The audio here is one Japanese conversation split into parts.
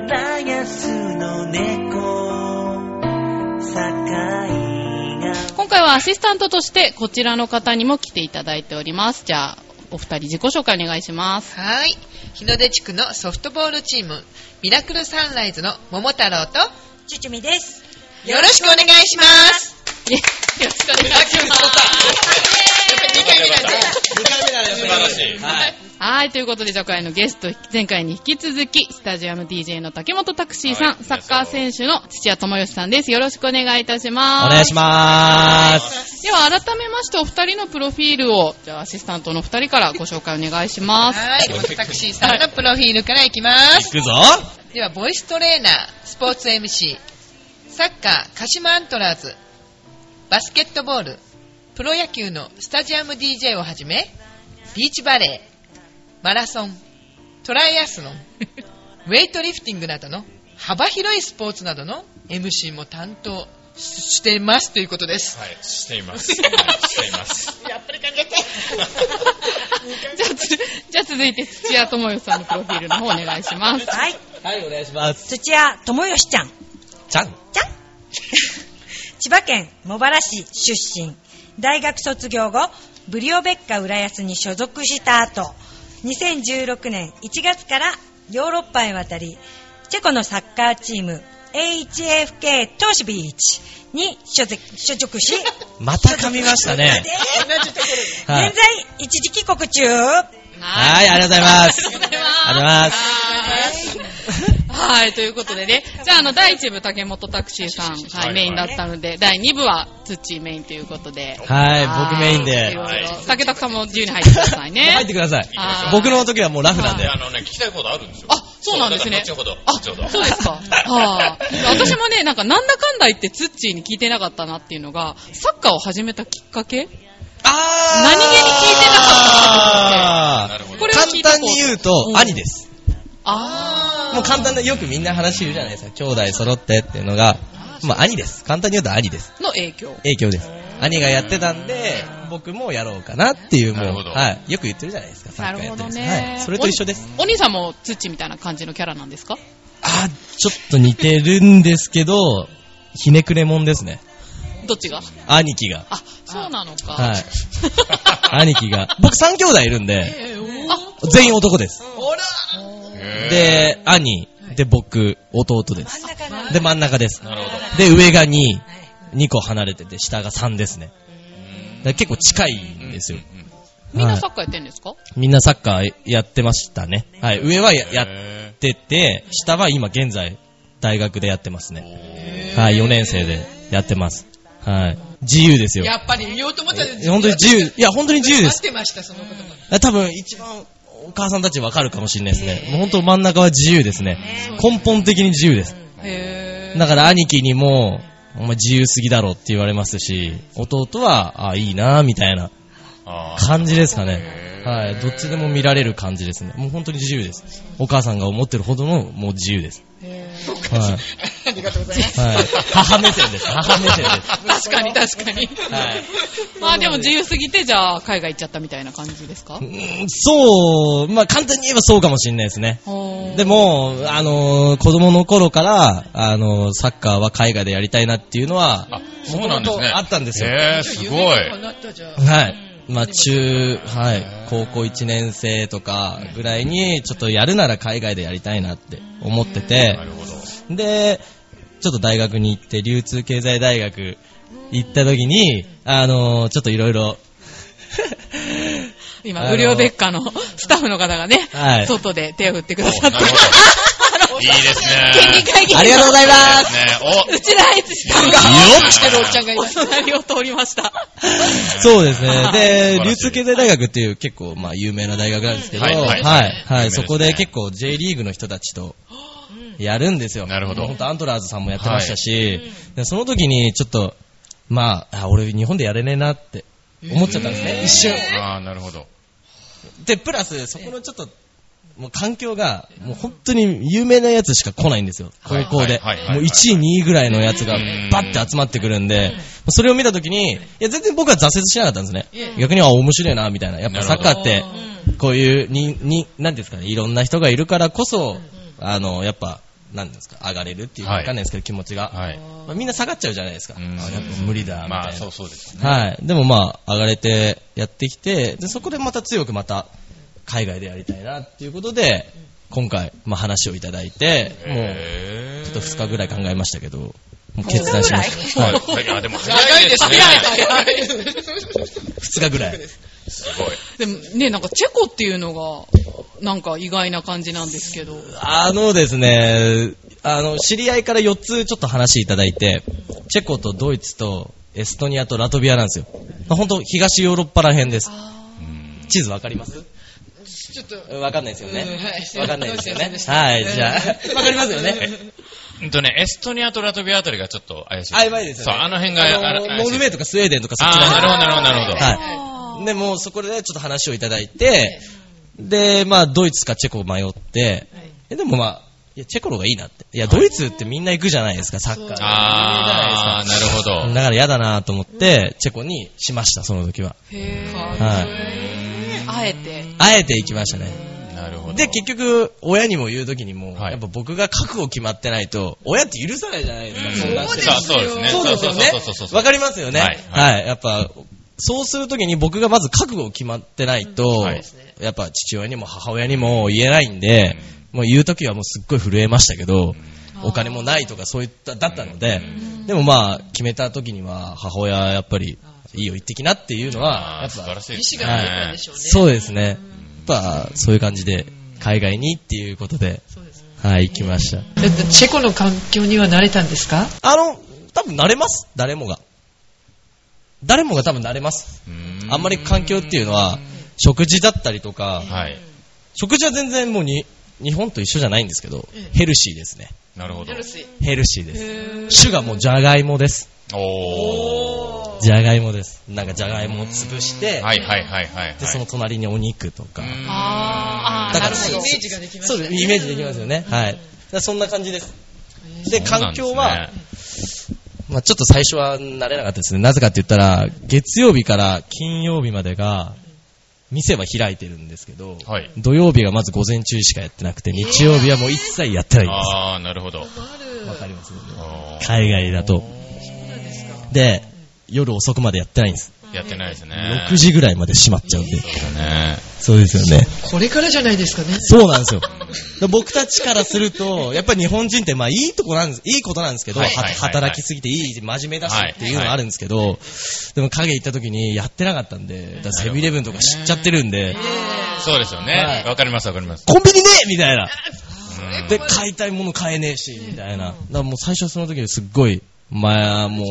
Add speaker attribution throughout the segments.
Speaker 1: ラスの猫堺が
Speaker 2: 今回はアシスタントとしてこちらの方にも来ていただいております。じゃあ、お二人自己紹介お願いします。
Speaker 3: はい。日の出地区のソフトボールチーム、ミラクルサンライズの桃太郎と、
Speaker 4: ちゅちゅみです。
Speaker 3: よろしくお願いします。
Speaker 2: よろしくお願いします。
Speaker 3: 2回目なんだ。
Speaker 5: 2回目だね、
Speaker 6: 素晴らしい
Speaker 5: はい。
Speaker 2: はい、ということで、じゃあ今回のゲスト、前回に引き続き、スタジアム DJ の竹本拓司さん、
Speaker 6: はい
Speaker 2: サッカー選手の土屋智義さんです。よろしくお願いいたします。
Speaker 5: お願いしまーす。
Speaker 2: では、改めまして、お二人のプロフィールを、じゃあアシスタントのお二人からご紹介お願いし ます。
Speaker 3: はい。でもタクシーさんのプロフィールからいきます。
Speaker 5: 行くぞ
Speaker 3: では、ボイストレーナー、スポーツ MC、サッカー、鹿島アントラーズ、バスケットボール、プロ野球のスタジアム DJ をはじめ、ビーチバレー、マラソン、トライアスロン、 ウェイトリフティングなどの幅広いスポーツなどの MC も担当ししていますということです。
Speaker 6: はい、しています。はいしています。
Speaker 2: じゃあ、つじゃあ続いて、土屋智義さんのプロフィールの方お願いします。
Speaker 4: はい。
Speaker 5: はい、お願いします。
Speaker 4: 土屋智義ちゃん。
Speaker 5: じゃん。
Speaker 4: ちゃん千葉県茂原市出身大学卒業後ブリオベッカ浦安に所属した後2016年1月からヨーロッパへ渡りチェコのサッカーチーム HFK トシビーチに所属所属 し
Speaker 5: また噛みまし たね。
Speaker 4: 現
Speaker 5: は
Speaker 4: 在
Speaker 5: い
Speaker 4: 一時帰国中
Speaker 5: はい、ありがとうございます。
Speaker 2: ありがとうござい
Speaker 5: ありが
Speaker 2: ます。はい。はい、ということでね。じゃあ、あの、第1部、竹本タクシーさん、
Speaker 6: い
Speaker 2: は、
Speaker 6: はいい
Speaker 2: メインだったので、第2部は、土メインということで。
Speaker 5: はい、僕メインで。
Speaker 2: はいい竹田さんも自由に入ってくださいね。
Speaker 5: 入ってください
Speaker 2: あー。
Speaker 5: 僕の時はもうラフなん
Speaker 6: で、
Speaker 5: で。
Speaker 6: あのね、聞きたいことあるんですよ。
Speaker 2: あ、そうなんですね。
Speaker 6: そうだから
Speaker 2: あ、
Speaker 6: 後ほど、後ほど。
Speaker 2: そうですか。はあ、私もね、なんか、なんだかんだ言ってツッチーに聞いてなかったなっていうのが、サッカーを始めたきっかけ
Speaker 5: あ
Speaker 2: 何気に聞いてなか
Speaker 6: ったなと思って
Speaker 2: これを聞い
Speaker 5: 簡
Speaker 2: とこう
Speaker 5: 単に言うと
Speaker 2: う、ん
Speaker 5: 兄です。
Speaker 2: あー。
Speaker 5: もう簡単な、よくみんな話言うじゃないですか。兄弟揃ってっていうのが、まあ兄です。簡単に言うと兄です。
Speaker 2: の影響。
Speaker 5: 影響です。兄がやってたんで、僕もやろうかなっていう、も
Speaker 6: なる
Speaker 5: う
Speaker 6: ほ、ど
Speaker 5: はい。よく言ってるじゃないですか、サ
Speaker 2: な
Speaker 5: ッ
Speaker 2: る
Speaker 5: カーや
Speaker 2: ほ
Speaker 5: って
Speaker 2: ど
Speaker 5: る人
Speaker 2: ね、
Speaker 5: はい。それと一緒です。
Speaker 2: お。お兄さんもツッチーみたいな感じのキャラなんですか
Speaker 5: あー、ちょっと似てるんですけど、ひねくれもんですね。
Speaker 2: どっちが
Speaker 5: 兄貴が。
Speaker 2: あ、そうなのか。
Speaker 5: はい。 兄貴が。僕3兄弟いるんで、全員男です。
Speaker 6: へー、
Speaker 5: で、兄、で僕、弟です。
Speaker 4: 真ん中の
Speaker 5: で、真ん中です。
Speaker 6: なるほど。
Speaker 5: で、上が2、2個離れてて、下が3ですね。だから結構近いんですよ。
Speaker 6: うん
Speaker 2: みんな
Speaker 5: はい
Speaker 2: サッカーやってんですか、
Speaker 5: みんなサッカーやってましたね。はい。上はややっ
Speaker 6: へ
Speaker 5: てて、下は今現在、大学でやってます
Speaker 6: ー
Speaker 5: ね。
Speaker 6: へ
Speaker 5: はい、4年生でやってます。はい。自由ですよ。
Speaker 3: やっぱり言おうと思ったら
Speaker 5: 本当に自由。いや、本当に自由で
Speaker 3: 待っ
Speaker 5: す。
Speaker 3: てました、その言葉。
Speaker 5: 多分一番お母さんたちわかるかもしれないですね。もう本当真ん中は自由ですね。根本的に自由です。
Speaker 2: へー。
Speaker 5: だから兄貴にも、お前自由すぎだろって言われますし、弟は、あ、いいなみたいな
Speaker 6: あー
Speaker 5: 感じですかね。はい。どっちでも見られる感じですね。もう本当に自由です。お母さんが思ってるほどの、もう自由です。はい。
Speaker 3: ありがとうございます。
Speaker 5: はい。母目線です。母目線で
Speaker 2: 確
Speaker 5: す。
Speaker 2: かに確かに。
Speaker 5: はい。
Speaker 2: まあでも自由すぎて、じゃあ海外行っちゃったみたいな感じですか
Speaker 5: うーんそう、まあ簡単に言えばそうかもしれないですね。
Speaker 2: で
Speaker 5: でも、あのー子供の頃から、あのーサッカーは海外でやりたいなっていうのは、
Speaker 6: あ、そうなんですね。
Speaker 5: あったんですよ。
Speaker 6: へー、すごい。
Speaker 3: なったじゃん。
Speaker 5: はい。まあ、中、はい、高校1年生とかぐらいに、ちょっとやるなら海外でやりたいなって思ってて
Speaker 6: な、るほど。
Speaker 5: で、ちょっと大学に行って、流通経済大学行った時に、あのーちょっといろいろ、あ
Speaker 2: 今、
Speaker 5: の
Speaker 2: 無料ベッカのスタッフの方がね、
Speaker 5: はい
Speaker 2: 外で手を振ってくだ
Speaker 6: お
Speaker 2: さっ
Speaker 6: なる
Speaker 2: て、
Speaker 6: ほど。いいですね。
Speaker 2: 県議会議員
Speaker 5: ありがとうございま
Speaker 6: いいです
Speaker 5: す
Speaker 6: ね。
Speaker 2: うちのアイツさんが、
Speaker 6: よっ
Speaker 2: してるおっちゃんがいました。隣を通りました。
Speaker 5: そうで すね。
Speaker 6: 素晴
Speaker 5: で、
Speaker 6: らしい
Speaker 5: 流通経済大学っていう結構、まあ、有名な大学なんですけど、
Speaker 6: は
Speaker 5: はいい、
Speaker 6: は
Speaker 5: はいい、
Speaker 6: 有名
Speaker 5: は
Speaker 6: で
Speaker 5: い、
Speaker 6: すね
Speaker 5: そこで結構 J リーグの人たちと、やるんですよ。
Speaker 6: なるほど
Speaker 5: もう本当アントラーズさんもやってましたし、でその時にちょっと、まあ、あ俺日本でやれねえなって思っちゃったんですね、一瞬。
Speaker 6: おあー、なるほど。
Speaker 5: で、プラス、そこのちょっと、もう環境が、もう本当に有名なやつしか来ないんですよ。
Speaker 6: は
Speaker 5: 高
Speaker 6: い
Speaker 5: 校で
Speaker 6: はいはい。はい
Speaker 5: もう1位、2位ぐらいのやつが
Speaker 6: ん
Speaker 5: バッて集まってくるんで、それを見たときに、いや、全然僕は挫折しなかったんですね。逆に、あ、面白いな、みたいな。やっぱサッカーって、こういう、に、に、なんていうんですかね、いろんな人がいるからこそ、あの、やっぱ、なんですか、上がれるっていうか、わかんないですけど、気持ちが。
Speaker 6: はい。
Speaker 5: まあみんな下がっちゃうじゃないですか。あ
Speaker 6: うん
Speaker 5: やっぱ無理だ、みたいな。
Speaker 6: まあ、そうそうですね。
Speaker 5: はい。でもまあ、上がれてやってきて、で、そこでまた強くまた、海外でやりたいなっていうことで、今回、まあ話をいただいて、も
Speaker 6: へ
Speaker 5: う、
Speaker 6: ー
Speaker 5: ちょっと2日ぐらい考えましたけど、もう決断しました。はい。
Speaker 6: はい。あ、でも
Speaker 7: 長
Speaker 6: 早
Speaker 7: い
Speaker 6: い
Speaker 7: で
Speaker 6: ですす
Speaker 7: ね
Speaker 6: ね。。
Speaker 7: 早 い早い。
Speaker 5: 2日ぐらい。
Speaker 6: すごい。
Speaker 2: でもね、なんかチェコっていうのが、なんか意外な感じなんですけど。
Speaker 5: あのですね、あの、知り合いから4つちょっと話いただいて、チェコとドイツとエストニアとラトビアなんですよ。まあ、本当東ヨーロッパら辺です。
Speaker 6: うん
Speaker 5: 地図わかります
Speaker 7: ちょっと、
Speaker 5: わかんないですよね
Speaker 7: うんはい。
Speaker 5: わかんない ですよ
Speaker 7: ど
Speaker 5: ね
Speaker 7: うし。ても
Speaker 5: はい、じゃあ、わかりますよね。
Speaker 6: うんとね、エストニアとラトビアあたりがちょっと怪しい。
Speaker 5: 曖昧ですよね。
Speaker 6: そう、あの辺が
Speaker 5: あ
Speaker 6: あ
Speaker 5: の
Speaker 6: 怪
Speaker 5: ノ
Speaker 6: し
Speaker 5: ルウ
Speaker 6: い。
Speaker 5: ェーとかスウェーデンとかそっち
Speaker 6: あーなるほ
Speaker 5: ら
Speaker 6: ど、なるほど、なるほど。
Speaker 5: はい。でも、そこでちょっと話をいただいて、で、まあ、ドイツかチェコ迷って、えでもまあ、いや、チェコの方がいいなって。いや、ドイツってみんな行くじゃないですか、サッカーで。
Speaker 6: あー、なるほ
Speaker 5: だ
Speaker 6: ど。
Speaker 5: から嫌だなと思って、チェコにしました、その時は。
Speaker 2: へぇ
Speaker 5: は
Speaker 2: あえて。
Speaker 5: あえて行きましたね。
Speaker 6: なるほど。
Speaker 5: で、結局、親にも言う時にも、
Speaker 6: はい
Speaker 5: やっぱ僕が覚悟決まってないと、親って許さないじゃないですか、相談して
Speaker 6: さあそうですね。
Speaker 5: そうですよね
Speaker 6: そうそうそう。。そう
Speaker 5: わかりますよね。
Speaker 6: はい
Speaker 5: はい。やっぱ、そうするときに僕がまず覚悟を決まってないと、
Speaker 6: はい
Speaker 5: やっぱ父親にも母親にも言えないんで、もう言うときはもうすっごい震えましたけど、お金もないとかそういった、だったので、でもまあ、決めたときには母親はやっぱり、いいよ行ってきなっていうの
Speaker 6: あ
Speaker 5: は、や
Speaker 6: ー
Speaker 5: っ
Speaker 6: 素晴
Speaker 5: ぱ
Speaker 6: ら、しいで
Speaker 7: 意
Speaker 6: す
Speaker 7: 志
Speaker 6: ね。
Speaker 7: が出たんでしょうね。
Speaker 5: そうですね。やっぱ、そういう感じで、海外にっていうことで、
Speaker 7: そうですね。
Speaker 5: はい、行きました。
Speaker 7: だってチェコの環境には慣れたんですか
Speaker 5: あの、多分慣れます。誰もが。誰もが多分慣れます。
Speaker 6: うん
Speaker 5: あんまり環境っていうのは、食事だったりとか、
Speaker 6: はい。
Speaker 5: 食事は全然もうに、日本と一緒じゃないんですけど、ヘルシーですね。
Speaker 6: なるほど。
Speaker 5: ヘルシーです。種がもうじゃがいもです。
Speaker 6: おー。
Speaker 5: じゃがいもです。なんかじゃがいもを潰して、
Speaker 6: はいはいはいはいはい。
Speaker 5: で、その隣にお肉とか。
Speaker 6: うん
Speaker 2: あー、
Speaker 5: だ
Speaker 2: あー
Speaker 5: か
Speaker 2: な
Speaker 5: ら
Speaker 2: る
Speaker 5: そ
Speaker 2: ほ
Speaker 5: う
Speaker 2: ど。
Speaker 7: ジができま
Speaker 5: そうです。イメージできますよね。はい。だからそんな感じです。
Speaker 6: そ
Speaker 5: で、
Speaker 6: うな
Speaker 5: 環
Speaker 6: んです
Speaker 5: 境
Speaker 6: ね
Speaker 5: は、まあ、ちょっと最初は慣れなかったですね。なぜかって言ったら、月曜日から金曜日までが、店は開いてるんですけど、
Speaker 6: はい
Speaker 5: 土曜日がまず午前中しかやってなくて、日曜日はもう一切やってないんです。
Speaker 6: あー、なるほど。
Speaker 5: わかります
Speaker 6: おー
Speaker 5: 海外だと。で、夜遅くまでやってないんです。
Speaker 6: やってないですね。
Speaker 5: 6時ぐらいまで閉まっちゃうんで。
Speaker 6: ね。
Speaker 5: そうですよね。
Speaker 7: これからじゃないですかね。
Speaker 5: そうなんですよ。で僕たちからすると、やっぱり日本人って、まあいいとこなんです、いいことなんですけど、
Speaker 6: はいはいはいはい
Speaker 5: は働きすぎていい、真面目だしっていうのはあるんですけど、でも影行った時にやってなかったんで、だからセブンイレブンとか知っちゃってるんで、
Speaker 6: そうですよ
Speaker 5: は
Speaker 6: ね。
Speaker 5: い
Speaker 6: わかりますわかります。
Speaker 5: コンビニねみたいな。
Speaker 6: うん
Speaker 5: で、買いたいもの買えねえし、みたいな。だからもう最初はその時にすっごい、まあもう、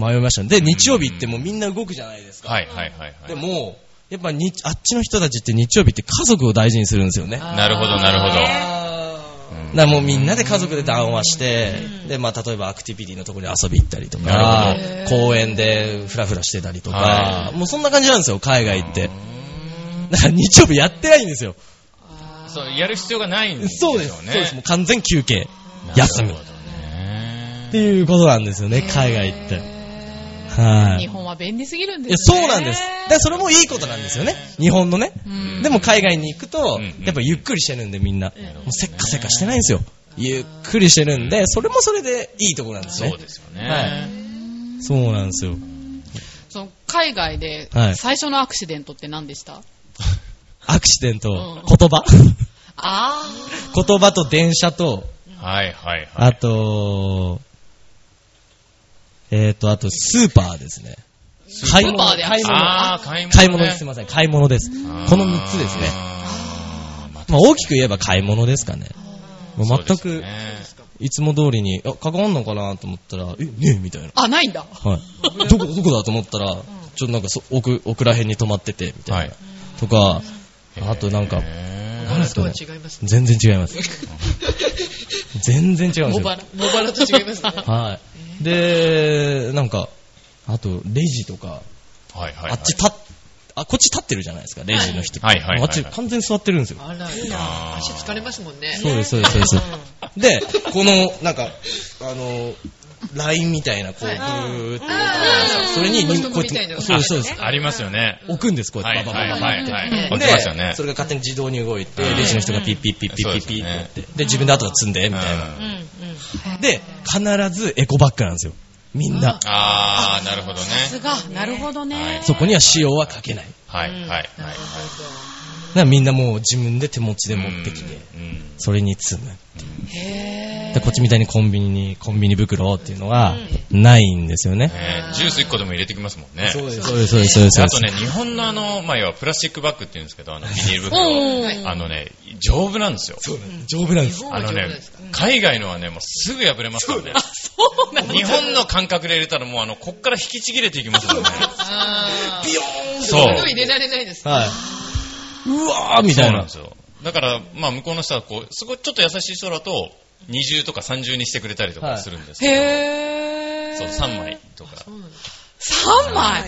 Speaker 5: 迷いましたね。で、日曜日ってもうみんな動くじゃないですか。
Speaker 6: はいはいはいはい。
Speaker 5: でも、やっぱにあっちの人たちって日曜日って家族を大事にするんですよね。
Speaker 6: なるほどなるほど。
Speaker 5: だからもうみんなで家族で談話して、で、まあ、例えばアクティビティのところに遊び行ったりとか
Speaker 6: なる、
Speaker 5: 公園でフラフラしてたりとか
Speaker 6: は、
Speaker 5: もうそんな感じなんですよ、海外って。だから日曜日やってないんですよ。
Speaker 6: そう、やる必要がないんですよ
Speaker 5: そう
Speaker 6: ね。
Speaker 5: です。そうです。もう完全休憩。休む。っ
Speaker 6: ね
Speaker 5: ていうことなんですよね、海外って。はい。
Speaker 2: 日本は便利すぎるん
Speaker 5: い
Speaker 2: で
Speaker 5: や、
Speaker 2: すね。
Speaker 5: そうなんです。だからそれもいいことなんですよね。日本のね。
Speaker 2: うん
Speaker 5: でも海外に行くと
Speaker 6: うんう、ん
Speaker 5: やっぱゆっくりしてるんでみんな。もうせっかせっかしてないんですよ。ゆっくりしてるんで、それもそれでいいところなんですね。
Speaker 6: そうですよね。
Speaker 5: はいそうなんですよ。
Speaker 2: その海外で
Speaker 5: はい
Speaker 2: 最初のアクシデントって何でした、
Speaker 5: アクシデント、
Speaker 2: ん
Speaker 5: 言葉
Speaker 2: あ
Speaker 5: 言葉と電車と、
Speaker 6: はいはいはい。
Speaker 5: あと、えっ、と、あと、スーパーですね。買い
Speaker 2: スーパ
Speaker 5: 物
Speaker 2: ー。で
Speaker 5: 買い物。
Speaker 6: あー、買い物ね。
Speaker 5: 買い物です。すいません。買い物です。
Speaker 6: あー
Speaker 5: この3つですね。
Speaker 6: あーま
Speaker 5: まあ、大きく言えば買い物ですかね。も
Speaker 6: あ
Speaker 5: う全
Speaker 6: そう
Speaker 5: く
Speaker 6: です、ね
Speaker 5: いつも通りに、あ、カゴあんのかなと思ったら、え、ねえみたいな。
Speaker 2: あ、あ、ないんだ。
Speaker 5: はい。どこ、どこだと思ったら、ちょっとなんかそ奥、奥ら辺に止まってて、みたいな。
Speaker 6: はい
Speaker 5: とか、あとなんか、
Speaker 6: へ
Speaker 5: 何ですかね
Speaker 7: 違います。
Speaker 5: 全然違い ます。全然違う
Speaker 2: 茂
Speaker 5: んですよ。
Speaker 2: 原。
Speaker 7: 茂原と違いますね。
Speaker 5: はい。で、なんか、あと、レジとか、
Speaker 6: ーはいはいはい。
Speaker 5: あっち立っ、あ、こっち立ってるじゃないですか、レジの人。
Speaker 6: はいはいはいはい
Speaker 5: あっち完全に座ってるんですよ。
Speaker 7: あら、いいな。足疲れますもんね。
Speaker 5: そうです、そうです、そうです。で、この、なんか、あの、ラインみたいな、こう、ぐ
Speaker 7: はい
Speaker 5: ーって、
Speaker 7: あ
Speaker 5: それに、
Speaker 7: うん
Speaker 5: にこ
Speaker 7: 太
Speaker 5: う
Speaker 7: ももみたい
Speaker 5: や
Speaker 7: な
Speaker 5: って、
Speaker 7: の
Speaker 5: そうです、そうです。
Speaker 6: ありますよね。
Speaker 5: 置くんです、こうや
Speaker 6: は
Speaker 5: って、
Speaker 6: い
Speaker 5: バ
Speaker 6: は
Speaker 5: ババ
Speaker 6: い
Speaker 5: バ
Speaker 6: は
Speaker 5: バ
Speaker 6: い
Speaker 5: って。
Speaker 6: はい。
Speaker 5: で
Speaker 6: 落ちますよね。
Speaker 5: それが勝手に自動に動いて、
Speaker 6: うん
Speaker 5: レジの人がピッピッピッピッピッピッピッって。で、自分で後で積んで、みたいな。
Speaker 6: うん
Speaker 5: で、必ずエコバッグなんですよ。みんな。
Speaker 6: あー、なるほどね。
Speaker 2: さすが、なるほどね。
Speaker 5: そこには塩はかけない。だか
Speaker 6: はいはいはい。
Speaker 5: らみんなもう自分で手持ちで持ってきて、
Speaker 6: うん。
Speaker 5: それに積む。
Speaker 2: へ
Speaker 5: でこっちみたいにコンビニに、コンビニ袋っていうのはないんですよね。
Speaker 6: ねジュース1個でも入れてきますもんね。
Speaker 5: そうです、そうです、そうです、そうです。
Speaker 6: あとね、日本のあの、まあ、要はプラスチックバッグって言うんですけど、あ の、ビニール袋。あのね、丈夫なんですよ。
Speaker 5: そうなんです、丈夫なんです。
Speaker 6: あの
Speaker 7: 丈夫
Speaker 6: ね
Speaker 7: ですか、
Speaker 6: 海外のはね、もうすぐ破れますからね。
Speaker 2: そうなんだ。
Speaker 6: 日本の感覚で入れたらもうあの、こっから引きちぎれていきますもんね。
Speaker 7: あー。
Speaker 5: ビヨーン
Speaker 6: そう
Speaker 7: それを入れられないです。
Speaker 5: はい。うわーみた
Speaker 6: そうな
Speaker 5: い
Speaker 6: ん
Speaker 5: な
Speaker 6: で。すよ。だから、まあ、向こうの人はこう、すごいちょっと優しい人だと、二重とか三重にしてくれたりとかするんですけど、
Speaker 2: へぇー。
Speaker 6: そう、3枚。とか。
Speaker 2: 3枚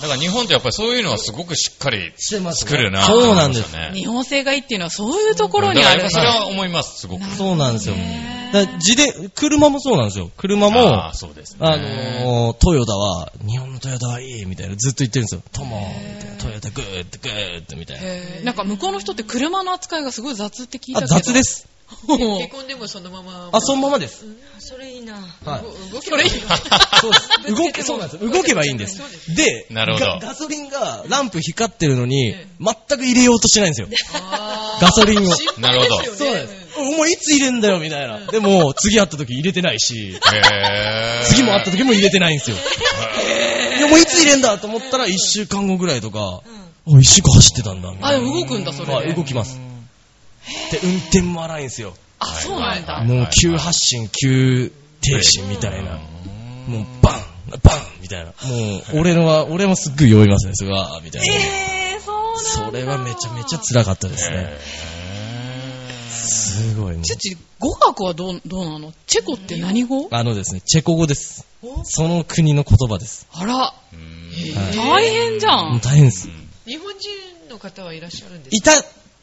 Speaker 6: だから日本ってやっぱりそういうのはすごくしっかり
Speaker 5: してますね
Speaker 6: 作るなって
Speaker 5: そう
Speaker 6: 思
Speaker 5: ないん
Speaker 6: ま
Speaker 5: ですす。
Speaker 6: よね。
Speaker 2: 日本製がいいっていうのはそういうところにある
Speaker 6: だからやっぱそれは思います、すごく。
Speaker 5: そうなんですよ
Speaker 2: ね。
Speaker 5: だから自転、車もそうなんですよ。車も、
Speaker 6: あ
Speaker 5: あ
Speaker 6: ーそうですね。
Speaker 5: のー、トヨタは、日本のトヨタはいいみたいな、ずっと言ってるんですよ。トモーンみたいなトヨタグーってグーってみたいな。
Speaker 2: へーなんか向こうの人って車の扱いがすごい雑って聞いた
Speaker 5: あ、
Speaker 2: けど。
Speaker 5: 雑で。す。
Speaker 7: 結婚でもそのまま。
Speaker 5: あ、そのままです。
Speaker 8: それいいな。
Speaker 5: はい。
Speaker 7: 動けばいい。
Speaker 5: そうです。動け、そうなんです。動けばいいんです。で、
Speaker 6: なるほど
Speaker 5: ガガソリンがランプ光ってるのに、全く入れようとしないんですよ。ガソリンを。そ
Speaker 6: なるほど。
Speaker 5: うなんです。お前いつ入れんだよ、みたいな。でも、次会った時入れてないし、
Speaker 6: へー
Speaker 5: 次も会った時も入れてないんですよ。いや、もういつ入れんだと思ったら、一週間後ぐらいとか、あ、一週間走ってたんだ、み
Speaker 2: あ、
Speaker 5: たい
Speaker 2: で
Speaker 5: な。
Speaker 2: も動くんだ、そ
Speaker 5: まあ
Speaker 2: れで。
Speaker 5: 動きます。で、運転も荒いんですよ。
Speaker 2: あ、そうなんだ。
Speaker 6: はい
Speaker 5: もう、急発進、急停止みたいな。もう、バンバンみたいな。もう、俺のは、俺もすっごい酔いますね、それは、みたいな。
Speaker 2: えー、そうなんだ。
Speaker 5: それはめちゃめちゃ辛かったですね。すごいね。
Speaker 2: チュチ、語学はどう、どうなのチェコって何語
Speaker 5: あのですね、チェコ語です。その国の言葉です。
Speaker 2: あら、
Speaker 6: うん
Speaker 2: 大変じゃ。
Speaker 5: もうん大変です。
Speaker 7: 日本人の方はいらっしゃるんです
Speaker 5: いた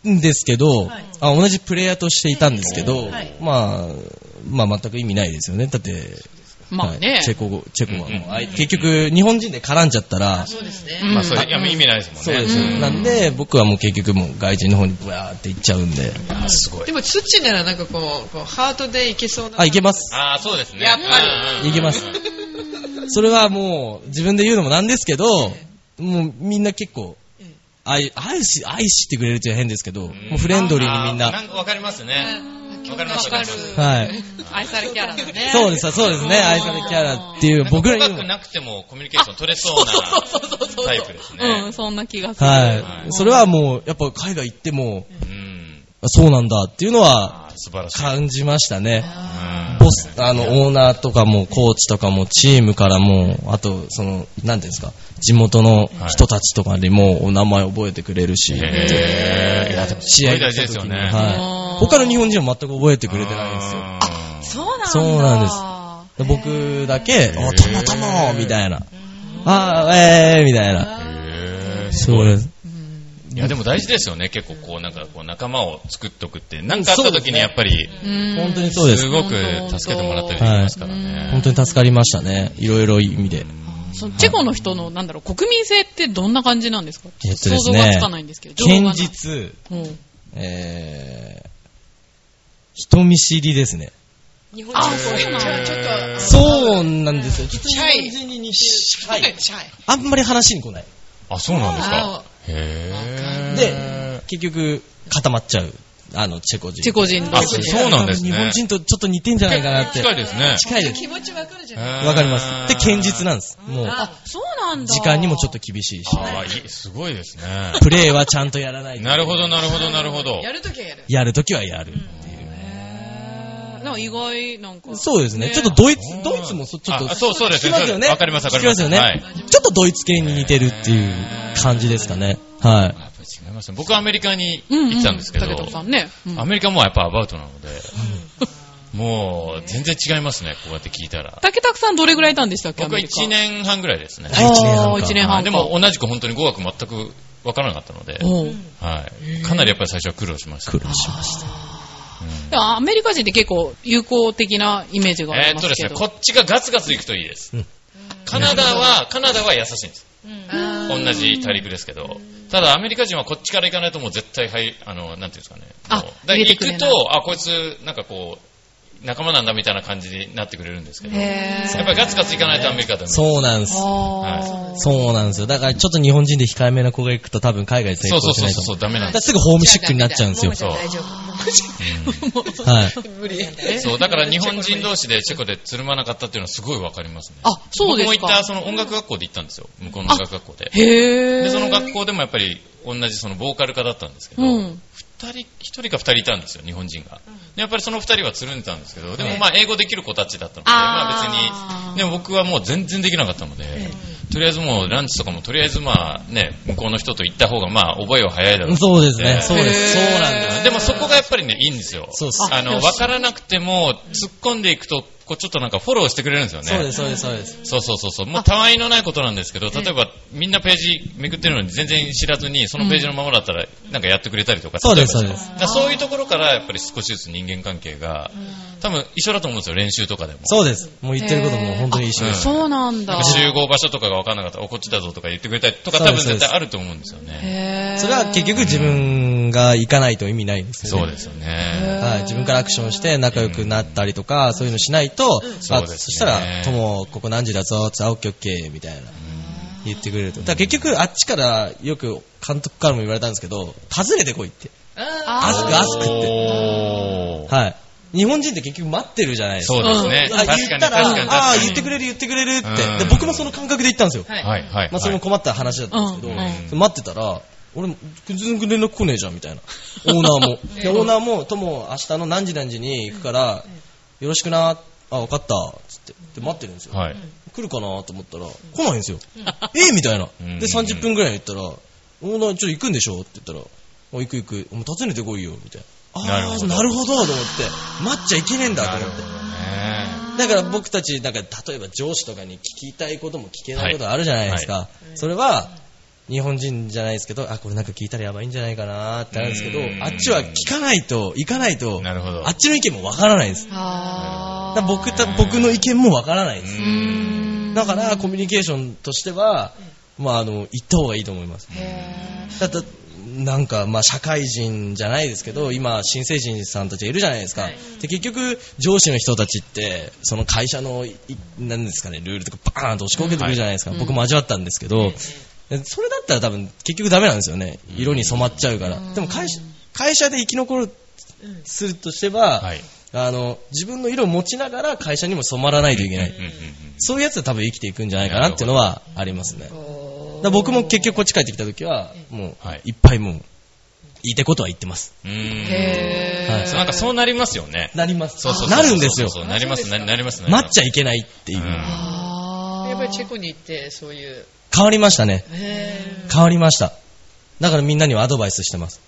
Speaker 5: んですけど、
Speaker 7: はい
Speaker 5: あ同じプレイヤーとしていたんですけど、
Speaker 7: はい
Speaker 5: まあ、まあ全く意味ないですよね。だって、
Speaker 2: まあ
Speaker 5: は
Speaker 2: ね
Speaker 5: い。チェコ語、チェコはもう
Speaker 6: うん
Speaker 5: あい結局日本人で絡んじゃったら、
Speaker 7: そうですね。
Speaker 2: うん
Speaker 6: まあ、それ、いや、意味ないですもんね。
Speaker 5: そうですよ
Speaker 6: ん
Speaker 5: なんで、僕はもう結局もう外人の方にブワーって行っちゃうんで。
Speaker 6: あすごい
Speaker 7: で。も、土ならなんかこう、こうハートでいけそうな。
Speaker 5: あ、いけます。
Speaker 6: ああ、そうですね。
Speaker 7: やっぱり
Speaker 6: うん
Speaker 5: いけます。それはもう、自分で言うのもなんですけど、もうみんな結構、愛、愛し、愛してくれるって変ですけど、もうフレンドリーにみん
Speaker 6: あー
Speaker 5: な。
Speaker 6: なんかわかりますね。わかりますわかります。
Speaker 5: はい。
Speaker 2: 愛されキャラだね。
Speaker 5: そうです、そうですね。愛されキャラっていう、僕らに
Speaker 6: なんか
Speaker 5: も
Speaker 6: 語学。なくてもコミュニケーション取れそうなタイプです
Speaker 2: う
Speaker 6: ね
Speaker 2: ん、。そんな気がする。
Speaker 5: はい。それはもう、やっぱ海外行っても、
Speaker 6: うん。
Speaker 5: そうなんだっていうのは
Speaker 6: あー素晴らしい。
Speaker 5: 感じましたね。
Speaker 6: うん
Speaker 5: ボス、あの、オーナーとかも、コーチとかも、チームからも、あと、その、なんていうんですか、地元の人たちとかにも、お名前覚えてくれるし、
Speaker 6: へー。いや、でも、
Speaker 5: 試合
Speaker 6: 大事
Speaker 5: 来た
Speaker 6: です
Speaker 5: 時
Speaker 6: よ
Speaker 5: に
Speaker 6: ね。
Speaker 5: は
Speaker 2: あー
Speaker 5: い。他の日本人は全く覚えてくれてないんですよ。
Speaker 6: あ、
Speaker 2: そうなんだ。
Speaker 5: そうなんですで僕だけ、
Speaker 6: ー
Speaker 5: あ、たまたま、みたいな。あー、えー、みたいな。
Speaker 6: へー
Speaker 5: そうです。
Speaker 6: いや、でも大事ですよね。結構こう、なんかこう、仲間を作っとくって。なんかあった時にやっぱり、
Speaker 2: うん。
Speaker 5: 本当にそうです
Speaker 6: す。ごく助けてもらったりできますからね。
Speaker 5: 本当に助かりましたね。いろいろ意味で。
Speaker 2: そのチェコの人の、なんだろう、国民性ってどんな感じなんですか
Speaker 5: えっと
Speaker 2: 想
Speaker 5: です
Speaker 2: 像が
Speaker 5: ね
Speaker 2: つかないんですけど。情報がな
Speaker 5: 堅
Speaker 2: い。
Speaker 5: 実、
Speaker 2: うん
Speaker 5: えー、人見知りですね。
Speaker 7: 日本
Speaker 2: あ、
Speaker 7: 人
Speaker 2: そうなん
Speaker 7: じゃあ
Speaker 2: だ。
Speaker 7: ちょっと、
Speaker 5: そうなんですよ。ちょっと
Speaker 7: チャイ
Speaker 5: 日本人に似てるはい
Speaker 7: チャイ。
Speaker 5: あんまり話に来ない。
Speaker 6: あ、そうなんです
Speaker 7: あ
Speaker 6: か。へー。
Speaker 5: で、結局、固まっちゃう。あの、チェコ人。
Speaker 2: チェコ人同
Speaker 6: あ、
Speaker 2: 士
Speaker 6: そ
Speaker 2: で。
Speaker 6: うなんですね。
Speaker 5: 日本人とちょっと似てんじゃないかなって。
Speaker 6: 近いですね。
Speaker 5: 近いです。
Speaker 7: 気持ちわかるじゃない
Speaker 5: わ
Speaker 6: わ
Speaker 5: かります。で、堅実なんです。もう、
Speaker 2: あ、そうなんだ。
Speaker 5: 時間にもちょっと厳しいし、
Speaker 6: ああ、いい、すごいですね。
Speaker 5: プレーはちゃんとやらないと。
Speaker 6: なるほど、なるほど、なるほど。
Speaker 7: やるときはやる。
Speaker 5: やるときはやる。
Speaker 2: へー。なんか意外、なんか。
Speaker 5: そうですね。ちょっとドイツ、ドイツもそちょっと、
Speaker 6: あそうそうです
Speaker 5: 聞き
Speaker 6: ね
Speaker 5: ますよね。
Speaker 6: わかりますわかります
Speaker 5: 聞きますよね。ちょっとドイツ系に似てるっていう感じですかね。はい。
Speaker 6: やっぱり違いますね。僕はアメリカに
Speaker 2: うんうん。
Speaker 6: 行ってたんですけど、
Speaker 2: 武田さんね。うん
Speaker 6: アメリカもやっぱアバウトなので、もう全然違いますね、こうやって聞いたら。
Speaker 2: 竹田さんどれぐらいいたんでしたっけ
Speaker 6: 僕は1。年半ぐらいですね。
Speaker 5: あ一年半
Speaker 2: あ
Speaker 5: か
Speaker 2: あー、1年半か。
Speaker 6: でも同じく本当に語学全く分からなかったので、
Speaker 2: おう、
Speaker 6: はい、かなりやっぱり最初は苦労しました。
Speaker 5: 苦労しました。
Speaker 6: うん
Speaker 2: でもアメリカ人って結構友好的なイメージがあ
Speaker 6: え
Speaker 2: り
Speaker 6: ーっ
Speaker 2: ま
Speaker 6: と
Speaker 2: す
Speaker 6: です
Speaker 2: け
Speaker 6: ね、
Speaker 2: ど。
Speaker 6: こっちがガツガツ行くといいです。カナダは、カナダは優しいんです。
Speaker 7: あ
Speaker 6: 同じ大陸ですけど。ただアメリカ人はこっちから行かないともう絶対入、あの、なんていうんですかね。
Speaker 2: あ
Speaker 6: もうだから
Speaker 2: 入れて
Speaker 6: 行
Speaker 2: くれな
Speaker 6: く
Speaker 2: い
Speaker 6: と、あ、こいつ、なんかこう、仲間なんだみたいな感じになってくれるんですけど。やっ
Speaker 2: へー
Speaker 6: ぱりガツガツ行かないとアメリカだね。
Speaker 5: そうなんです。
Speaker 2: あー
Speaker 5: そうなんですよ。だからちょっと日本人で控えめな子が行くと多分海外成
Speaker 6: そうそ
Speaker 5: 功
Speaker 6: う
Speaker 5: し
Speaker 6: そう
Speaker 5: ない
Speaker 6: そ
Speaker 5: と
Speaker 6: うそ
Speaker 5: 思
Speaker 6: う、
Speaker 5: う。
Speaker 6: ダメなんで
Speaker 5: だから
Speaker 6: す。
Speaker 5: すぐホームシックになっちゃうんですよ。
Speaker 6: そう。
Speaker 5: はい。
Speaker 7: 無理やね。
Speaker 6: そう、だから日本人同士でチェコでつるまなかったっていうのはすごいわかりますね。
Speaker 2: あ、そうです
Speaker 6: 僕も行っ
Speaker 2: か
Speaker 6: た、。その音楽学校で行ったんですよ。向こうの音楽学校で。
Speaker 2: へー
Speaker 6: で、その学校でもやっぱり同じそのボーカル科だったんですけど、
Speaker 2: う
Speaker 6: 二
Speaker 2: ん。
Speaker 6: 人、一人か二人いたんですよ、日本人が。でやっぱりその二人はつるんでたんですけど、でもまあ英語できる子たちだったので、ま
Speaker 2: あー
Speaker 6: あ別に、でも僕はもう全然できなかったので、とりあえずもうランチとかもとりあえずまあね、向こうの人と行った方がまあ覚えは早いだろうと
Speaker 5: そう
Speaker 6: 思
Speaker 5: で
Speaker 6: って
Speaker 5: すね。そうです。そ
Speaker 2: へー
Speaker 5: うなんです。
Speaker 6: でもそこがやっぱりね、いいんですよ。
Speaker 5: そうです
Speaker 6: あ
Speaker 2: あ
Speaker 6: の、
Speaker 2: よし
Speaker 6: わからなくても、突っ込んでいくと、こうちょっとなんかフォローしてくれるんですよね。
Speaker 5: そうです、そうです、そうです。
Speaker 6: そうそうそうそう。もうたわいのないことなんですけど、例えばみんなページめくってるのに全然知らずに、そのページのままだったら、なんかやってくれたりとか。
Speaker 5: そうです
Speaker 6: 例えば
Speaker 5: そう
Speaker 6: だからそういうところから、やっぱり少しずつ人間関係が、多分一緒だと思うんですよ、練習とかでも。
Speaker 5: そうです。もう言ってることも本当に一緒で
Speaker 2: あ
Speaker 5: す。
Speaker 2: そうなんだ。
Speaker 6: 集合場所とかが分からなかったら、おこっちだぞとか言ってくれたりとか、
Speaker 5: そう
Speaker 6: 多
Speaker 5: で
Speaker 6: 分
Speaker 5: す
Speaker 6: 絶対あると思うんですよね。
Speaker 2: へー
Speaker 5: それは結局自分が行かないと意味ないんですよね。
Speaker 6: そうですよね。
Speaker 5: はい、自分からアクションして仲良くなったりとか、そういうのしないと、
Speaker 6: そう
Speaker 5: あ
Speaker 6: ですね
Speaker 5: そしたら、とも、ここ何時だぞ、つあ、オッケーオッケー、みたいな、言ってくれると。だから結局、あっちから、よく監督からも言われたんですけど、訪ねてこいって。
Speaker 2: あ
Speaker 5: アスク、アスクって。
Speaker 6: おー
Speaker 5: はい。日本人って結局待ってるじゃないですか。
Speaker 6: そうですね。確
Speaker 5: あ
Speaker 6: かに
Speaker 5: 言
Speaker 6: 確
Speaker 5: ったら、
Speaker 6: かに確
Speaker 5: ああ
Speaker 6: か
Speaker 5: ー、
Speaker 6: に。
Speaker 5: 言ってくれる、言ってくれる
Speaker 6: うん
Speaker 5: って。で、僕もその感覚で行ったんですよ。
Speaker 6: はいはい。
Speaker 5: まあ、それも困った話だったんですけど、
Speaker 6: う
Speaker 5: 待ってたら、俺、全然連絡来ねえじゃん、みたいな。オーナ ーも。で、オーナーも、とも、明日の何時何時に行くから、よろしくな、あ、わかった、つって。で、待ってるんですよ。
Speaker 6: はい。
Speaker 5: 来るかなと思ったら、来ないんですよ。ええみたいな。
Speaker 6: うん
Speaker 5: で、30分ぐらいに行ったら、オーナー、ちょっと行くんでしょって言ったら、あ行く行く。もう訪ねてこいよ、みたいな。
Speaker 6: なる
Speaker 5: あ
Speaker 6: ほ
Speaker 5: あ、
Speaker 6: ど
Speaker 5: なるほど、と思って。待っちゃいけねえんだ、
Speaker 6: な
Speaker 5: と
Speaker 6: る
Speaker 5: 思っ
Speaker 6: ほ
Speaker 5: て。
Speaker 6: どね。
Speaker 5: だから僕たち、なんか例えば上司とかに聞きたいことも聞けないことあるじゃないですか、
Speaker 6: は
Speaker 5: それは日本人じゃないですけど、あこれなんか聞いたらやばいんじゃないかなってあるんですけど
Speaker 6: うー、ん
Speaker 5: あっちは聞かないと、行かないと、
Speaker 6: なるほど
Speaker 5: あっちの意見もわからないです、
Speaker 2: あ
Speaker 5: だから僕た僕の意見もわからないです、
Speaker 2: ー
Speaker 5: だからコミュニケーションとしては、まあ、あの行った方がいいと思います。
Speaker 2: へ
Speaker 5: だってなんかまあ社会人じゃないですけど今、新成人さんたちいるじゃないですか、で結局、上司の人たちってその会社のいなんですか、ね、ルールとかバーンと押し込けてくるじゃないですか、
Speaker 2: はい
Speaker 5: 僕も味わったんですけど、でそれだったら多分結局ダメなんですよね色に染まっちゃうから、でも会社会社で生き残るするとしては、
Speaker 6: はい。
Speaker 5: あの自分の色を持ちながら会社にも染まらないといけない。
Speaker 6: うんうんうん
Speaker 5: そういうやつは多分生きていくんじゃないかなっていうのはありますね。だから僕も結局こっち帰ってきた時は、も
Speaker 6: はいう
Speaker 5: いっぱいもう、言いたいことは言ってます。
Speaker 6: うーん
Speaker 2: ーへ
Speaker 5: は
Speaker 2: ー
Speaker 5: い
Speaker 6: そうなんかそうなりますよね。
Speaker 5: なります。
Speaker 6: そうそうそう
Speaker 5: なるんですよ。
Speaker 6: そうそうなります、ななります、なります。
Speaker 5: 待っちゃいけないっていう。
Speaker 6: うん
Speaker 2: あー
Speaker 7: やっぱり チェコに行って、そういう。
Speaker 5: 変わりましたね。
Speaker 7: へ
Speaker 5: 変わりました。だからみんなにはアドバイスしてます。